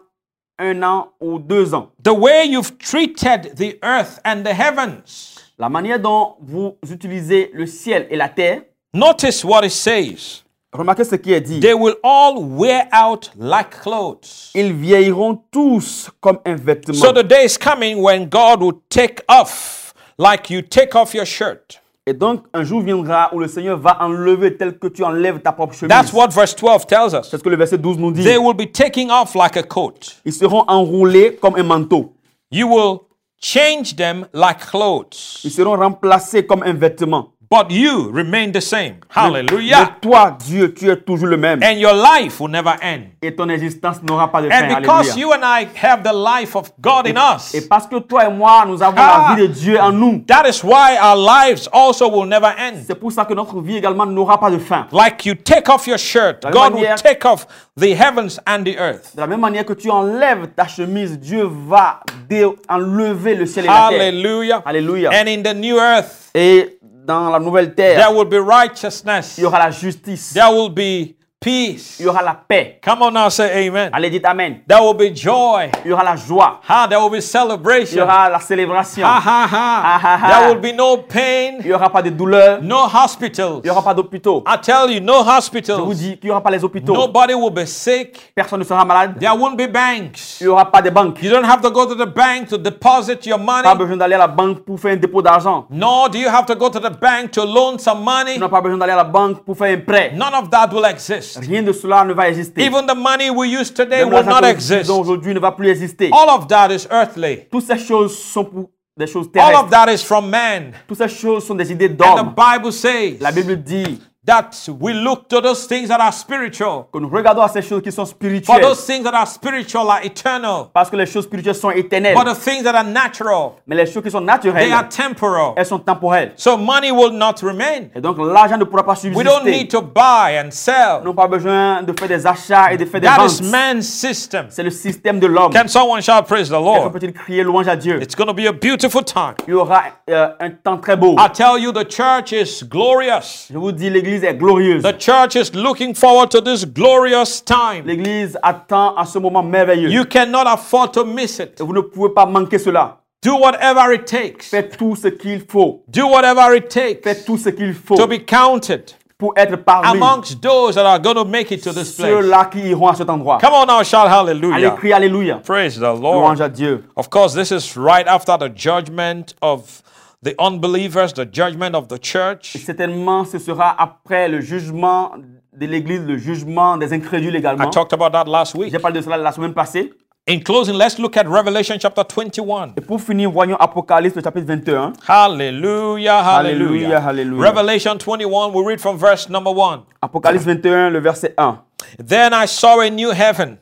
S2: un an ou deux ans.
S1: The way you've treated the earth and the heavens.
S2: La manière dont vous utilisez le ciel et la terre,
S1: Notice what it says.
S2: remarquez ce qui est dit.
S1: They will all wear out like clothes.
S2: Ils vieilliront tous comme un
S1: So
S2: vêtement.
S1: the day is coming when God will take off, like you take off your shirt.
S2: Et donc, un jour viendra où le Seigneur va enlever tel que tu enlèves ta propre chemise.
S1: That's what verse 12 tells us.
S2: C'est ce que le verset 12 nous dit.
S1: They will be taking off like a coat.
S2: Ils seront enroulés comme un manteau.
S1: You will change them like clothes.
S2: Ils seront remplacés comme un vêtement.
S1: But you remain the same.
S2: Mais
S1: Hallelujah.
S2: toi, Dieu, tu es toujours le même.
S1: And your life will never end.
S2: Et ton existence n'aura pas de fin.
S1: And because
S2: Alléluia.
S1: you and I have the life of God in us,
S2: Et parce que toi et moi, nous avons
S1: Ah.
S2: la vie de Dieu en nous.
S1: that is why our lives also will never end.
S2: C'est pour ça que notre vie également n'aura pas de fin.
S1: Like you take off your shirt,
S2: la
S1: God will
S2: manière-
S1: take off the heavens and the earth.
S2: De la même manière que tu enlèves ta chemise, Dieu va dé- enlever le ciel et la terre.
S1: Hallelujah.
S2: Hallelujah.
S1: And in the new earth,
S2: Et dans la nouvelle terre,
S1: there will be righteousness,
S2: il y aura la justice.
S1: there will be peace.
S2: Il y aura la paix.
S1: Come on now, say amen.
S2: Allez, dites Amen.
S1: There will be joy.
S2: Il y aura la joie.
S1: Ha, there will be
S2: Il y
S1: celebration. Ha,
S2: aura la célébration.
S1: ha, ha.
S2: Ah, ah, ah.
S1: There will be no
S2: Il
S1: pain,
S2: n'y aura pas de douleur.
S1: no hospitals.
S2: Il n'y aura pas d'hôpitaux.
S1: I tell you, no
S2: Je vous
S1: hospitals.
S2: dis qu'il n'y aura pas les hôpitaux.
S1: Nobody will be sick.
S2: Personne ne sera malade.
S1: There won't be banks.
S2: Il n'y aura pas de banque.
S1: You don't have to go to the bank to deposit your
S2: Pas
S1: money,
S2: besoin d'aller à la banque pour faire un dépôt d'argent.
S1: nor do you have to go to the bank to loan some money.
S2: Tu n'as pas besoin d'aller à la banque pour faire un prêt.
S1: None of that will exist.
S2: Rien de cela ne va exister.
S1: Even the money we use today
S2: Même
S1: will
S2: l'argent
S1: not
S2: que nous
S1: exist.
S2: utilisons aujourd'hui ne va plus exister.
S1: All of that is earthly.
S2: Toutes ces choses sont pour des choses
S1: All of
S2: terrestres.
S1: that is from man.
S2: Toutes ces choses sont des idées
S1: And the
S2: d'hommes.
S1: Bible says
S2: La Bible dit
S1: that we look to those things that are spiritual.
S2: que nous regardons à ces choses qui sont
S1: For
S2: spirituelles.
S1: those things that are spiritual are eternal.
S2: Parce que les choses spirituelles sont éternelles.
S1: But the things that are natural,
S2: Mais les choses qui sont
S1: they
S2: naturelles,
S1: are temporal.
S2: elles sont temporelles.
S1: So money will not remain.
S2: Et donc l'argent ne pourra pas
S1: We don't
S2: subsister.
S1: need to buy and
S2: Nous
S1: sell.
S2: n'avons pas besoin de faire des achats et de faire des
S1: That is
S2: ventes.
S1: man's system.
S2: C'est le système de l'homme.
S1: Can someone shout praise the
S2: Quelqu'un
S1: Lord?
S2: peut-il crier louange à Dieu
S1: It's going to be a beautiful time.
S2: Il y aura euh, un temps très beau.
S1: I tell you, the church is glorious.
S2: Je vous dis, l'Église est glorieuse.
S1: The church is looking forward to this glorious time.
S2: L'Église attend à ce moment merveilleux.
S1: You cannot afford to miss it.
S2: Et vous ne pouvez pas manquer cela.
S1: Do whatever it takes.
S2: Faites tout ce qu'il faut.
S1: Do whatever it takes
S2: Faites tout ce qu'il faut
S1: to be counted
S2: pour être parmi
S1: amongst those that are going to make it to this place.
S2: ceux-là qui iront à cet endroit.
S1: Come on now, shout
S2: Allez,
S1: hallelujah.
S2: crier Alléluia.
S1: Praise the
S2: Louange
S1: Lord.
S2: à Dieu.
S1: Of course, this is right after the judgment of the unbelievers, the judgment of the church.
S2: Certainement, ce sera après le jugement de l'Église, le jugement des incrédules
S1: I
S2: également.
S1: talked about that last week.
S2: J'ai parlé de cela la semaine passée.
S1: In closing, let's look at Revelation chapter 21.
S2: Et pour finir, voyons Apocalypse, le chapitre 21.
S1: Hallelujah, hallelujah.
S2: Hallelujah, hallelujah.
S1: Revelation 21, we read from verse number 1.
S2: Apocalypse 21, le verset 1.
S1: Then I saw a new heaven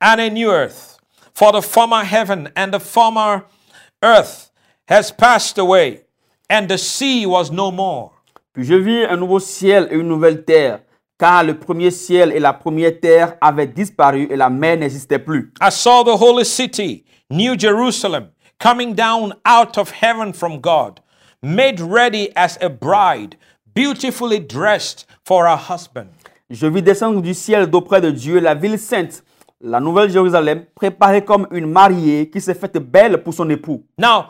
S1: and a new earth, for the former heaven and the former earth has passed away, and the sea was no more.
S2: Puis je vis un nouveau ciel et une nouvelle terre, car le premier ciel et la première terre avaient disparu et la mer n'existait plus.
S1: I saw the holy city, New Jerusalem, coming down out of heaven from God, made ready as a bride, beautifully dressed for her husband.
S2: Je vis descendre du ciel d'auprès de Dieu la ville sainte, la nouvelle Jérusalem, préparée comme une mariée qui s'est faite belle pour son époux.
S1: Now,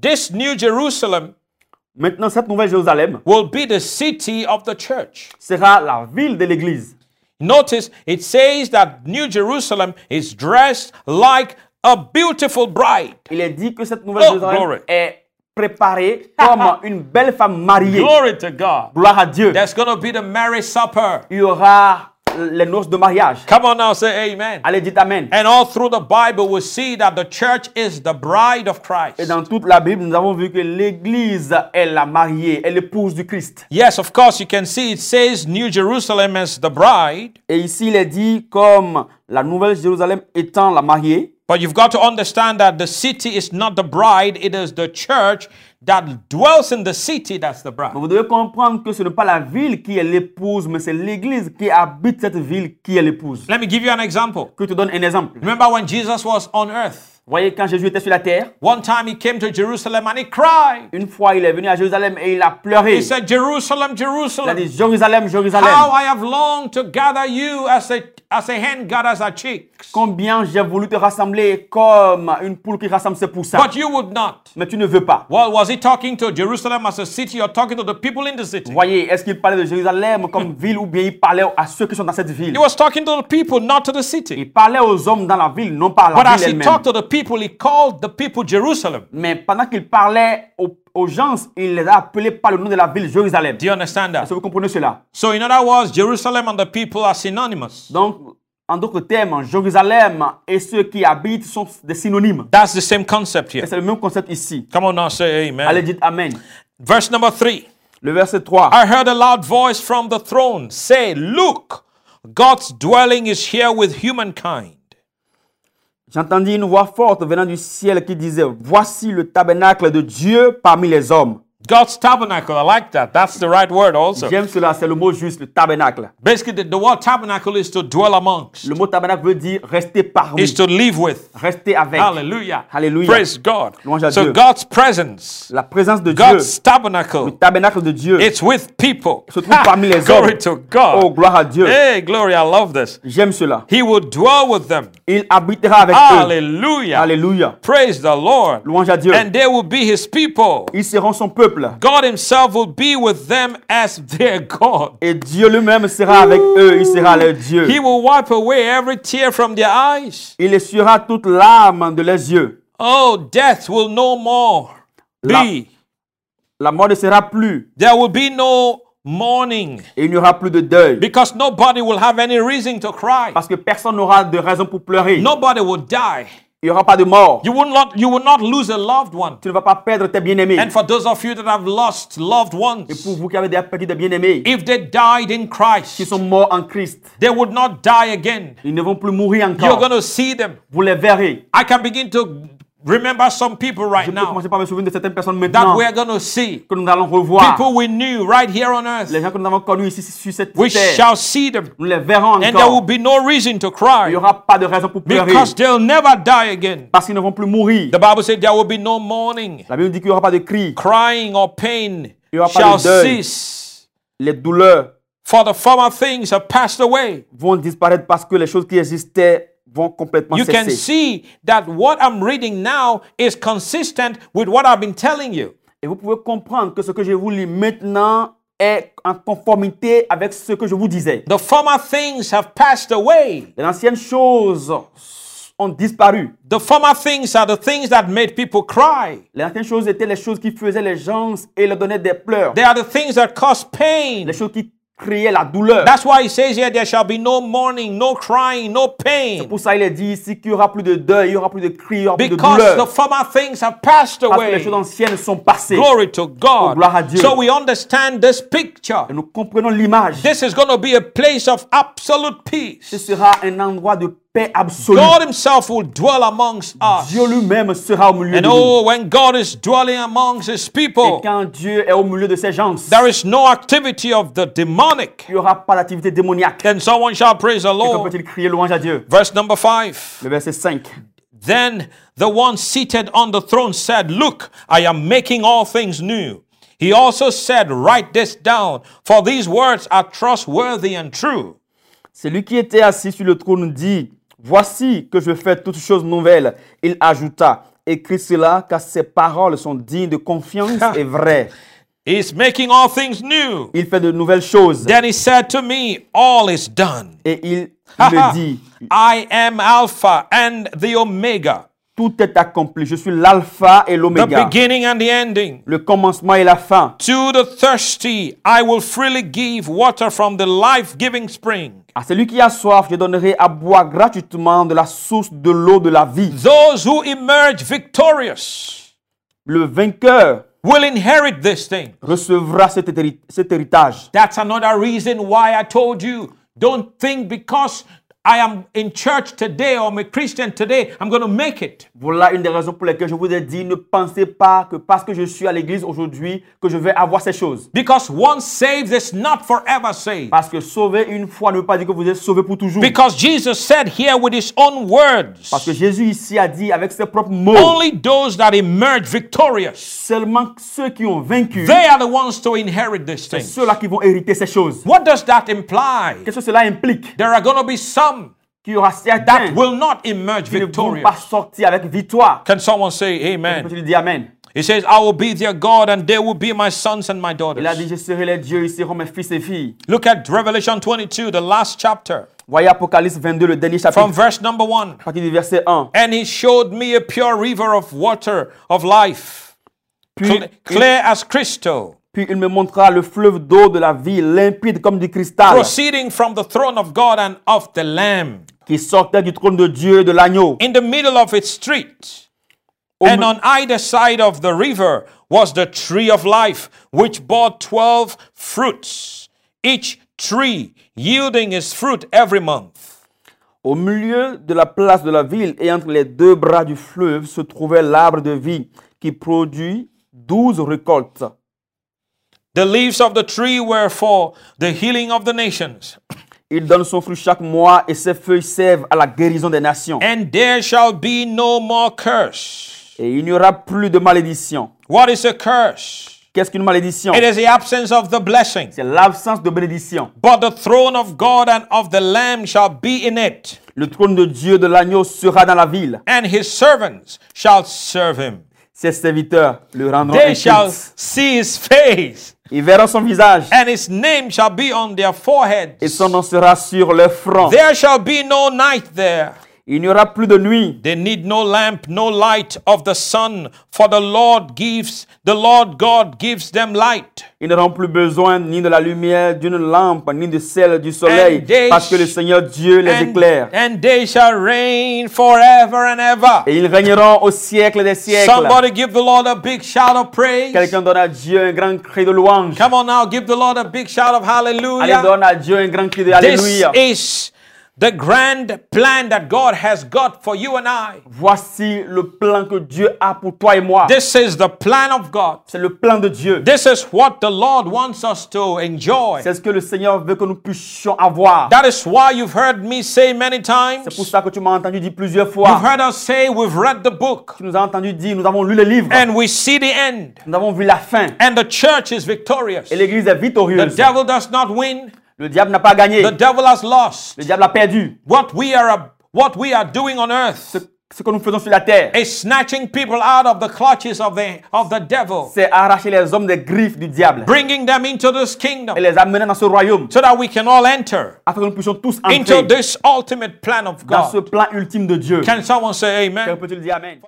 S1: this New Jerusalem
S2: Maintenant, cette nouvelle Jérusalem
S1: will be the city of the church.
S2: sera la ville de l'Église.
S1: Notice it says that New Jerusalem is dressed like a beautiful bride.
S2: Il est dit que cette nouvelle
S1: Oh,
S2: Jérusalem
S1: glory. Ah,
S2: est préparée comme une belle femme mariée.
S1: Glory to God.
S2: Gloire à Dieu.
S1: There's going to be the marriage supper.
S2: Il y aura les noces de mariage.
S1: Come on now, say amen.
S2: Allez, dites Amen.
S1: And all through the Bible, we see that the church is the bride of
S2: Et
S1: Christ.
S2: dans toute la Bible, nous avons vu que l'Église est la mariée, est l'épouse du Christ.
S1: Yes, of course, you can see it says New Jerusalem is the bride,
S2: Et ici, il est dit comme la nouvelle Jérusalem étant la mariée.
S1: but you've got to understand that the city is not the bride, it is the church that dwells in the city that's the bride.
S2: Vous devez comprendre que ce n'est pas la ville qui est l'épouse, mais c'est l'Église qui habite cette ville qui est l'épouse.
S1: Let me give you an example.
S2: Que je te donne un exemple.
S1: Remember when Jesus was on earth?
S2: Voyez, quand Jésus était sur la terre,
S1: One time he came to Jerusalem and he cried.
S2: une fois il est venu à Jérusalem et il a pleuré.
S1: He said, Jerusalem,
S2: Il a
S1: Jerusalem,
S2: dit Jérusalem, Jérusalem.
S1: how I have longed to gather you as a, as a hen gathers her chicks.
S2: Combien j'ai voulu te rassembler comme une poule qui rassemble ses poussins.
S1: But you would not.
S2: Mais tu ne veux pas.
S1: Well, was he talking to Jerusalem as a city or talking to the people in the city?
S2: Voyez, est-ce qu'il parlait de Jérusalem
S1: Hmm.
S2: comme ville ou bien il parlait à ceux qui sont dans cette ville
S1: He was talking to the people, not to the city.
S2: Il parlait aux hommes dans la ville, non pas à la
S1: But as
S2: ville
S1: he
S2: elle-même.
S1: talked to the people, he called the people Jerusalem.
S2: Mais pendant qu'il parlait aux, aux gens, il les a appelés par le nom de la ville Jérusalem.
S1: Do you understand that?
S2: Est-ce que vous comprenez cela
S1: So, in other words, Jerusalem and the people are synonymous.
S2: Donc, en d'autres termes, Jérusalem et ceux qui habitent sont des synonymes.
S1: That's the same concept
S2: Et
S1: here.
S2: c'est le même concept ici.
S1: Come on now, say amen.
S2: Allez, dites Amen.
S1: Verse number three.
S2: Le verset 3.
S1: I heard a loud voice from the throne say, Look, God's dwelling is here with humankind.
S2: J'entendis une voix forte venant du ciel qui disait, Voici le tabernacle de Dieu parmi les hommes.
S1: God's tabernacle. I like that. That's the right word also.
S2: J'aime cela, c'est le mot juste, le tabernacle.
S1: Basically, the, the word tabernacle is to dwell amongst,
S2: Le mot tabernacle veut dire rester parmi,
S1: is to live with.
S2: rester avec.
S1: Hallelujah.
S2: Hallelujah.
S1: Praise God.
S2: Louange à
S1: So
S2: Dieu.
S1: God's presence,
S2: La présence de Dieu,
S1: God's tabernacle,
S2: le tabernacle de Dieu,
S1: it's with people.
S2: se trouve parmi les
S1: Glory
S2: hommes.
S1: to God.
S2: Oh, gloire à Dieu.
S1: Hey, glory, I love this.
S2: J'aime cela.
S1: He will dwell with them.
S2: Il habitera avec eux.
S1: Hallelujah.
S2: Alléluia.
S1: Praise the Lord.
S2: Louange à Dieu.
S1: And they will be his people.
S2: Ils seront son peuple.
S1: God himself will be with them as their God.
S2: Et Dieu lui-même sera avec eux. Il sera leur Dieu.
S1: He will wipe away every tear from their eyes.
S2: Il essuiera toute l'âme de leurs yeux.
S1: Oh, death will no more
S2: La-
S1: be.
S2: La mort ne sera plus.
S1: There will be no mourning
S2: Et il n'y aura plus de deuil.
S1: because nobody will have any reason to cry.
S2: Parce que personne n'aura de raison pour pleurer.
S1: Nobody will die.
S2: Il n'y aura pas de mort.
S1: You will not you will not lose a loved one.
S2: Tu ne vas pas perdre tes bien-aimés.
S1: And for those of you that have lost loved ones,
S2: Pour vous qui avez déjà perdu des bien-aimés,
S1: if they died in
S2: qui
S1: Christ,
S2: sont morts en Christ,
S1: they would not die again.
S2: ils ne vont plus mourir
S1: You're
S2: encore.
S1: going to see them.
S2: Vous les verrez.
S1: I can begin to remember some people
S2: Je
S1: right
S2: peux
S1: now
S2: commencer par me souvenir de certaines personnes
S1: that
S2: maintenant
S1: we're going to see.
S2: que nous allons revoir.
S1: People we knew right here on earth.
S2: Les gens que nous avons connus ici sur cette
S1: We
S2: terre,
S1: shall see them.
S2: nous les verrons
S1: And there will
S2: encore.
S1: be no reason to
S2: Il n'y
S1: cry
S2: aura pas de raison pour pleurer
S1: because they'll never die again.
S2: parce qu'ils ne vont plus mourir.
S1: The Bible said there will be no mourning,
S2: La Bible dit qu'il n'y aura pas de cris.
S1: crying, or pain
S2: Il n'y aura pas
S1: shall
S2: de deuil.
S1: cease.
S2: Les douleurs
S1: For the former things have passed away.
S2: vont disparaître parce que les choses qui existaient vont complètement
S1: You can
S2: cesser.
S1: see that what I'm reading now is consistent with what I've been telling you.
S2: Et vous pouvez comprendre que ce que je vous lis maintenant est en conformité avec ce que je vous disais.
S1: The former things have passed away.
S2: Les anciennes choses ont disparu.
S1: The former things are the things that made people cry.
S2: Les anciennes choses étaient les choses qui faisaient les gens et leur donnaient des pleurs.
S1: They are the things that cause pain.
S2: Les choses qui créaient la douleur.
S1: That's why he says here there shall be no mourning, no crying, no pain.
S2: Pour ça, il est dit ici qu'il n'y aura plus de deuil, il n'y aura plus de cris, il n'y aura plus de
S1: Because the
S2: douleur.
S1: former things have passed
S2: Parce que les
S1: away.
S2: choses anciennes sont passées.
S1: Glory to
S2: gloire à
S1: God.
S2: Dieu.
S1: So we understand this picture.
S2: Et nous comprenons l'image.
S1: This is going to be a place of absolute
S2: Ce
S1: peace.
S2: sera un endroit de paix absolue.
S1: God Himself will dwell amongst us.
S2: Dieu lui-même sera au milieu
S1: And
S2: de nous.
S1: oh, when God is dwelling amongst His
S2: Et
S1: people,
S2: quand Dieu est au milieu de ces gens,
S1: there is no activity of the demonic.
S2: il n'y aura pas d'activité démoniaque.
S1: Then someone shall praise the
S2: Qu'on
S1: Lord.
S2: peut-il crier louange à Dieu
S1: Verse number five.
S2: Le verset 5.
S1: Then the one seated on the throne said, Look, I am making all things new. He also said, Write this down, for these words are trustworthy and true.
S2: Celui qui était assis sur le trône dit, Voici que je fais toutes choses nouvelles. Il ajouta, Écris cela car ces paroles sont dignes de confiance et vraies.
S1: He's making all things new.
S2: Il fait de nouvelles choses.
S1: Then he said to me, All is done.
S2: Et il
S1: Ha.
S2: me dit,
S1: I am Alpha and the Omega,
S2: Tout est accompli. Je suis l'alpha et
S1: the
S2: l'oméga.
S1: beginning and the ending.
S2: Le commencement et la fin.
S1: To the thirsty, I will freely give water from the life giving spring.
S2: À celui qui a soif, je donnerai à boire gratuitement de la source de l'eau de la vie.
S1: Those who emerge victorious
S2: Le vainqueur
S1: will inherit this thing.
S2: recevra cet, héri- cet héritage.
S1: That's another reason why I told you don't think because I am in church today or I'm a Christian today, I'm going to make it.
S2: Voilà une des raisons pour lesquelles je vous ai dit, ne pensez pas que parce que je suis à l'église aujourd'hui, que je vais avoir ces choses.
S1: Because once saved is not forever saved.
S2: Parce que sauver une fois ne veut pas dire que vous êtes sauvé pour toujours.
S1: Because Jesus said here with his own words
S2: Parce que Jésus ici a dit avec ses propres mots,
S1: only those that emerge victorious,
S2: seulement ceux qui ont vaincu,
S1: they are the ones to inherit this thing.
S2: ceux-là qui vont hériter ces choses.
S1: What does that imply?
S2: Qu'est-ce que cela implique
S1: There are going to be some
S2: Qu'il y aura certains
S1: will not emerge
S2: qui ne vont pas
S1: victorious.
S2: sortir avec victoire.
S1: Can someone say amen?
S2: Je lui dis Amen.
S1: He says, I will be their God and they will be my sons and my
S2: Il a dit,
S1: daughters.
S2: je serai les dieux, ils seront mes fils et filles.
S1: Look at Revelation 22, the last chapter,
S2: Voyez Apocalypse 22, le dernier chapitre,
S1: from verse number 1.
S2: à partir du verset 1.
S1: And he showed me a pure river of water of life,
S2: Puis,
S1: cl- clear as crystal,
S2: puis il me montra le fleuve d'eau de la vie, limpide comme du cristal,
S1: proceeding from the throne of God and of the Lamb.
S2: qui sortait du trône de Dieu et de l'agneau.
S1: In the middle of its street, and on either side of the river, was the tree of life, which bore 12 fruits, each tree yielding its fruit every month.
S2: Au milieu de la place de la ville et entre les deux bras du fleuve se trouvait l'arbre de vie qui produit douze récoltes
S1: The leaves of the tree were for the healing of the nations.
S2: Il donne son fruit chaque mois et ses feuilles servent à la guérison des nations.
S1: And there shall be no more curse.
S2: Et il n'y aura plus de malédiction.
S1: What is a curse?
S2: Qu'est-ce qu'une malédiction
S1: It is the absence of the blessing.
S2: C'est l'absence de bénédiction.
S1: But the throne of God and of the Lamb shall be in it,
S2: Le trône de Dieu de l'agneau sera dans la ville.
S1: and his servants shall serve him.
S2: Ses serviteurs le rendront un
S1: They shall
S2: culte.
S1: see his face,
S2: Ils verront son visage
S1: and his name shall be on their
S2: et
S1: foreheads.
S2: son nom sera sur leur front.
S1: There shall be no night there.
S2: Il n'y aura plus de nuit.
S1: They need no lamp, no light of the sun, for the Lord gives, the Lord God gives them light.
S2: Ils n'auront plus besoin ni de la lumière d'une lampe, ni de celle du soleil,
S1: And they
S2: parce que le
S1: sh-
S2: Seigneur Dieu les
S1: And,
S2: éclaire.
S1: and they shall reign forever and ever.
S2: Et ils régneront au siècle des siècles.
S1: Somebody give the Lord a big shout of praise.
S2: Quelqu'un donne à Dieu un grand cri de louange.
S1: Come on now, give the Lord a big shout of
S2: Allez,
S1: hallelujah.
S2: donne à Dieu un grand cri de
S1: This
S2: Alléluia.
S1: is the grand plan that God has got for you and I.
S2: Voici le plan que Dieu a pour toi et moi.
S1: This is the plan of God.
S2: C'est le plan de Dieu.
S1: This is what the Lord wants us to enjoy.
S2: C'est ce que le Seigneur veut que nous puissions avoir.
S1: That is why you've heard me say many
S2: C'est pour
S1: times.
S2: ça que tu m'as entendu dire plusieurs
S1: You've
S2: fois.
S1: heard us say we've read the book
S2: Tu nous as entendu dire, nous avons lu le livre.
S1: and we see the end.
S2: Nous avons vu la fin.
S1: And the church is victorious.
S2: Et l'Église est
S1: The
S2: victorieuse.
S1: devil does not win.
S2: Le diable n'a pas gagné.
S1: The devil has lost.
S2: Le diable a perdu.
S1: What we are what we are doing on earth
S2: Ce que nous faisons sur la terre,
S1: is snatching people out of the clutches of the of the devil,
S2: c'est arracher les hommes des griffes du diable
S1: bringing them into this kingdom
S2: et les amener dans ce royaume
S1: so that we can all enter
S2: afin que nous puissions tous
S1: into
S2: entrer
S1: this ultimate plan of
S2: dans ce
S1: God.
S2: plan ultime de Dieu.
S1: Can someone say amen?
S2: Quelqu'un peut-il dire Amen?